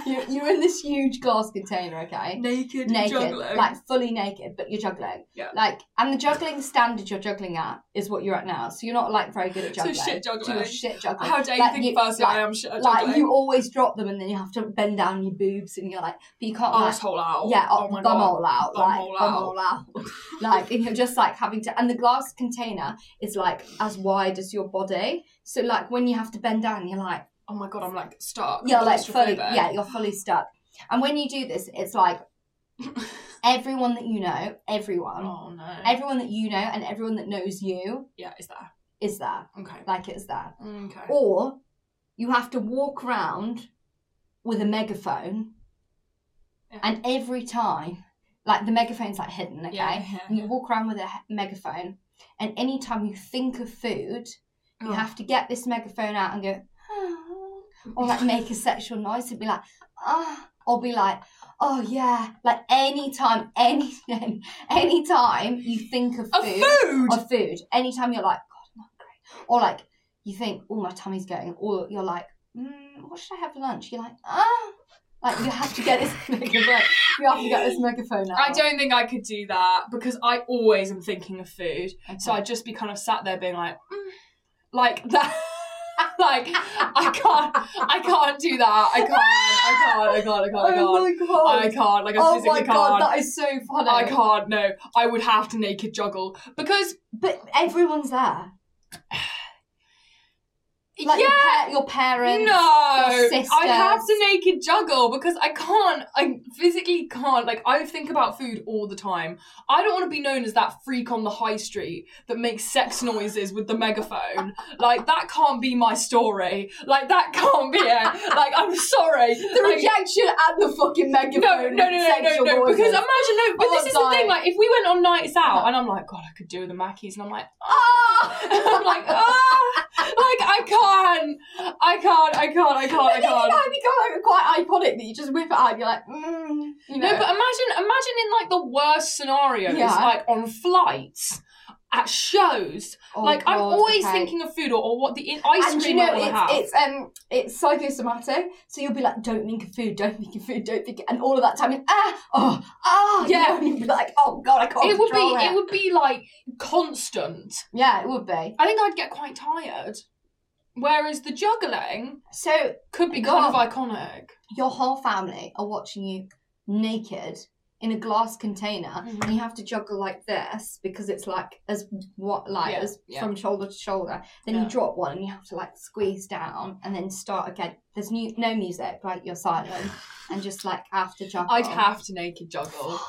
[SPEAKER 1] you're, you're in this huge glass container, okay?
[SPEAKER 2] Naked,
[SPEAKER 1] Naked,
[SPEAKER 2] juggling.
[SPEAKER 1] like fully naked, but you're juggling.
[SPEAKER 2] Yeah.
[SPEAKER 1] Like, and the juggling standard you're juggling at is what you're at now, so you're not like very good at
[SPEAKER 2] So
[SPEAKER 1] juggling.
[SPEAKER 2] shit
[SPEAKER 1] So you're
[SPEAKER 2] juggling.
[SPEAKER 1] shit juggling.
[SPEAKER 2] How dare
[SPEAKER 1] Like,
[SPEAKER 2] you
[SPEAKER 1] you-
[SPEAKER 2] think first
[SPEAKER 1] like-
[SPEAKER 2] that I am shit at
[SPEAKER 1] like
[SPEAKER 2] juggling?
[SPEAKER 1] you always drop them and then you have to bend down your boobs and you're like, but you can't like
[SPEAKER 2] Arsehole out.
[SPEAKER 1] yeah,
[SPEAKER 2] Oh
[SPEAKER 1] oh,
[SPEAKER 2] my
[SPEAKER 1] bum
[SPEAKER 2] god.
[SPEAKER 1] all out,
[SPEAKER 2] Bum
[SPEAKER 1] like
[SPEAKER 2] all
[SPEAKER 1] bum
[SPEAKER 2] out.
[SPEAKER 1] all out, like and you're just like having to. And the glass container is like as wide as your body, so like when you have to bend down, you're like
[SPEAKER 2] Oh my god, I'm like stuck.
[SPEAKER 1] you're like fully
[SPEAKER 2] Claustrophobic.
[SPEAKER 1] yeah, you're fully stuck. And when you do this, it's like everyone that you know, everyone,
[SPEAKER 2] Oh no.
[SPEAKER 1] everyone that you know, and everyone that knows you
[SPEAKER 2] yeah, is there?
[SPEAKER 1] is there,
[SPEAKER 2] Okay.
[SPEAKER 1] like it's there.
[SPEAKER 2] Okay.
[SPEAKER 1] Or you have to walk around with a megaphone,
[SPEAKER 2] Yeah.
[SPEAKER 1] and every time, like the megaphone's like hidden, okay?
[SPEAKER 2] Yeah, yeah,
[SPEAKER 1] And you
[SPEAKER 2] yeah.
[SPEAKER 1] walk around with a he- megaphone, and any time you think of food, you
[SPEAKER 2] Oh.
[SPEAKER 1] have to get this megaphone out and go, or like make a sexual noise and be like, ah, or be like, oh yeah, like any time, any any time you think of
[SPEAKER 2] A
[SPEAKER 1] food, Oh,
[SPEAKER 2] food.
[SPEAKER 1] of food. Anytime you're like, God, I'm hungry, or like you think, oh, my tummy's going, or you're like, mm, what should I have for lunch? You're like, ah, like you have to get this megaphone. You have to get this megaphone out.
[SPEAKER 2] I don't think I could do that because I always am thinking of food.
[SPEAKER 1] Okay.
[SPEAKER 2] So I'd just be kind of sat there being like, mm, like that. like I can't, I can't do that. I can't, I can't, I can't, I can't, I
[SPEAKER 1] Oh
[SPEAKER 2] can't.
[SPEAKER 1] my god.
[SPEAKER 2] I can't. Like I
[SPEAKER 1] oh
[SPEAKER 2] physically
[SPEAKER 1] my god,
[SPEAKER 2] can't.
[SPEAKER 1] that is so funny.
[SPEAKER 2] I can't. No, I would have to naked juggle because
[SPEAKER 1] But everyone's there. Like your,
[SPEAKER 2] yeah,
[SPEAKER 1] pa- your parents.
[SPEAKER 2] no,
[SPEAKER 1] your
[SPEAKER 2] I'd have
[SPEAKER 1] sisters.
[SPEAKER 2] to naked juggle because I can't. I physically can't. Like I think about food all the time. I don't want to be known as that freak on the high street that makes sex noises with the megaphone. Like that can't be my story. Like that can't be it. Like I'm sorry.
[SPEAKER 1] The
[SPEAKER 2] Like,
[SPEAKER 1] rejection and the fucking megaphone.
[SPEAKER 2] no, no, no, no, no,
[SPEAKER 1] sexual
[SPEAKER 2] no.
[SPEAKER 1] noises.
[SPEAKER 2] Because imagine, no, but
[SPEAKER 1] Oh,
[SPEAKER 2] this
[SPEAKER 1] I'm
[SPEAKER 2] is the
[SPEAKER 1] dying.
[SPEAKER 2] thing. Like, if we went on nights out, and I'm like, God, I could do with the Mackies, and I'm like,
[SPEAKER 1] ah!
[SPEAKER 2] I'm like, ah, like I can't, I can't, I can't, I can't, I
[SPEAKER 1] But then you
[SPEAKER 2] can't.
[SPEAKER 1] know, it becomes quite iconic that you just whip it out and you're like, mm, you know.
[SPEAKER 2] No, but imagine, imagine in like the worst scenarios,
[SPEAKER 1] Yeah.
[SPEAKER 2] like on flights, at shows.
[SPEAKER 1] Oh,
[SPEAKER 2] like I'm
[SPEAKER 1] God,
[SPEAKER 2] always
[SPEAKER 1] okay.
[SPEAKER 2] thinking of food or, or what the in- ice
[SPEAKER 1] And you
[SPEAKER 2] cream
[SPEAKER 1] know,
[SPEAKER 2] I want to have.
[SPEAKER 1] it's, it's um, it's psychosomatic. So you'll be like, "Don't think of food. Don't think of food. Don't think." And all of that time, you're, ah, oh, ah, you
[SPEAKER 2] Yeah.
[SPEAKER 1] know, and you'd be like, "Oh God, I can't."
[SPEAKER 2] it would be,
[SPEAKER 1] control
[SPEAKER 2] it would be like constant.
[SPEAKER 1] Yeah, it would be.
[SPEAKER 2] I think I'd get quite tired. Whereas the juggling
[SPEAKER 1] So
[SPEAKER 2] could be
[SPEAKER 1] God.
[SPEAKER 2] kind of iconic.
[SPEAKER 1] your whole family are watching you naked in a glass container
[SPEAKER 2] Mhm.
[SPEAKER 1] and you have to juggle like this because it's like as what like
[SPEAKER 2] Yeah,
[SPEAKER 1] as
[SPEAKER 2] yeah.
[SPEAKER 1] from shoulder to shoulder then
[SPEAKER 2] Yeah.
[SPEAKER 1] you drop one and you have to like squeeze down and then start again there's new, no music like you're silent and just like after juggle
[SPEAKER 2] I'd have to naked juggle.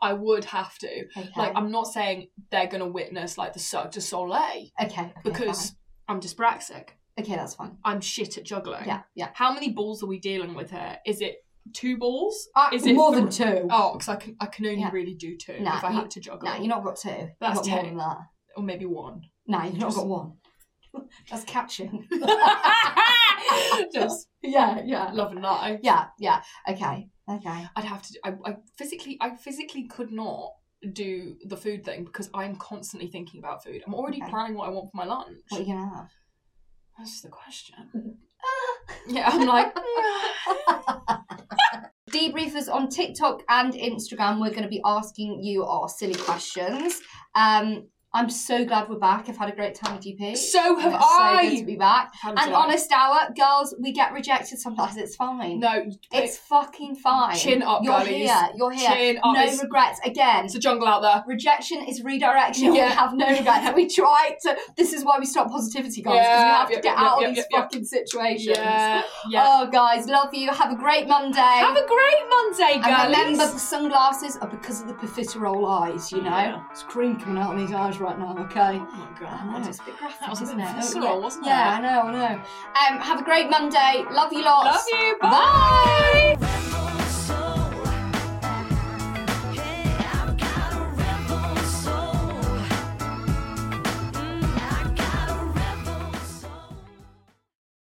[SPEAKER 2] I would have to.
[SPEAKER 1] okay.
[SPEAKER 2] Like, I'm not saying they're going to witness like the Cirque du Soleil
[SPEAKER 1] okay, okay,
[SPEAKER 2] because I'm dyspraxic.
[SPEAKER 1] fine. okay that's fine
[SPEAKER 2] I'm shit at juggling.
[SPEAKER 1] yeah yeah
[SPEAKER 2] How many balls are we dealing with here? Is it two balls?
[SPEAKER 1] uh,
[SPEAKER 2] Is it
[SPEAKER 1] more
[SPEAKER 2] thr-
[SPEAKER 1] than two
[SPEAKER 2] Oh, because I can I can only
[SPEAKER 1] Yeah.
[SPEAKER 2] really do two
[SPEAKER 1] Nah,
[SPEAKER 2] if I
[SPEAKER 1] you-
[SPEAKER 2] had to juggle,
[SPEAKER 1] no you've not got two you've
[SPEAKER 2] That's
[SPEAKER 1] got more
[SPEAKER 2] two.
[SPEAKER 1] than that
[SPEAKER 2] or maybe one.
[SPEAKER 1] no you've not
[SPEAKER 2] Just-
[SPEAKER 1] got one that's catching
[SPEAKER 2] Just
[SPEAKER 1] yeah yeah
[SPEAKER 2] love and life.
[SPEAKER 1] yeah yeah okay okay
[SPEAKER 2] I'd have to. do- I, I physically I physically could not do the food thing because I'm constantly thinking about food. I'm already
[SPEAKER 1] Okay.
[SPEAKER 2] planning what I want for my lunch.
[SPEAKER 1] what are you gonna have
[SPEAKER 2] That's the question. yeah, I'm like.
[SPEAKER 1] debriefers on TikTok and Instagram, we're going to be asking you our silly questions. Um, I'm so glad we're back. I've had a great time with GP.
[SPEAKER 2] So have
[SPEAKER 1] And it's So
[SPEAKER 2] I.
[SPEAKER 1] good to be back.
[SPEAKER 2] How did
[SPEAKER 1] And
[SPEAKER 2] I-
[SPEAKER 1] honest hour, girls, we get rejected sometimes. It's fine.
[SPEAKER 2] no,
[SPEAKER 1] It's fucking fine.
[SPEAKER 2] Chin up,
[SPEAKER 1] You're
[SPEAKER 2] girlies.
[SPEAKER 1] here. You're here.
[SPEAKER 2] Chin up.
[SPEAKER 1] no
[SPEAKER 2] It's-
[SPEAKER 1] regrets. Again,
[SPEAKER 2] it's a jungle out there.
[SPEAKER 1] rejection is redirection. We
[SPEAKER 2] Yeah.
[SPEAKER 1] have no regrets. we try to. This is why we stop positivity, guys, because we
[SPEAKER 2] Yeah,
[SPEAKER 1] have to
[SPEAKER 2] yep,
[SPEAKER 1] get
[SPEAKER 2] yep,
[SPEAKER 1] out
[SPEAKER 2] yep,
[SPEAKER 1] of these
[SPEAKER 2] yep, yep.
[SPEAKER 1] fucking situations.
[SPEAKER 2] Yeah, yeah.
[SPEAKER 1] Oh, guys, love you. Have a great Monday.
[SPEAKER 2] Have a great Monday, girls.
[SPEAKER 1] and remember, the sunglasses are because of the profiterole eyes, you know?
[SPEAKER 2] Yeah.
[SPEAKER 1] It's cream coming out of these eyes right now,
[SPEAKER 2] Oh
[SPEAKER 1] okay?
[SPEAKER 2] my
[SPEAKER 1] I know,
[SPEAKER 2] god.
[SPEAKER 1] it's a bit graphic,
[SPEAKER 2] That was a
[SPEAKER 1] isn't it?
[SPEAKER 2] bit
[SPEAKER 1] Oh,
[SPEAKER 2] visceral,
[SPEAKER 1] yeah.
[SPEAKER 2] wasn't it?
[SPEAKER 1] Yeah, I know, I know. Um, have a great Monday. Love you lots.
[SPEAKER 2] Love you. Bye.
[SPEAKER 1] Bye.
[SPEAKER 2] Bye.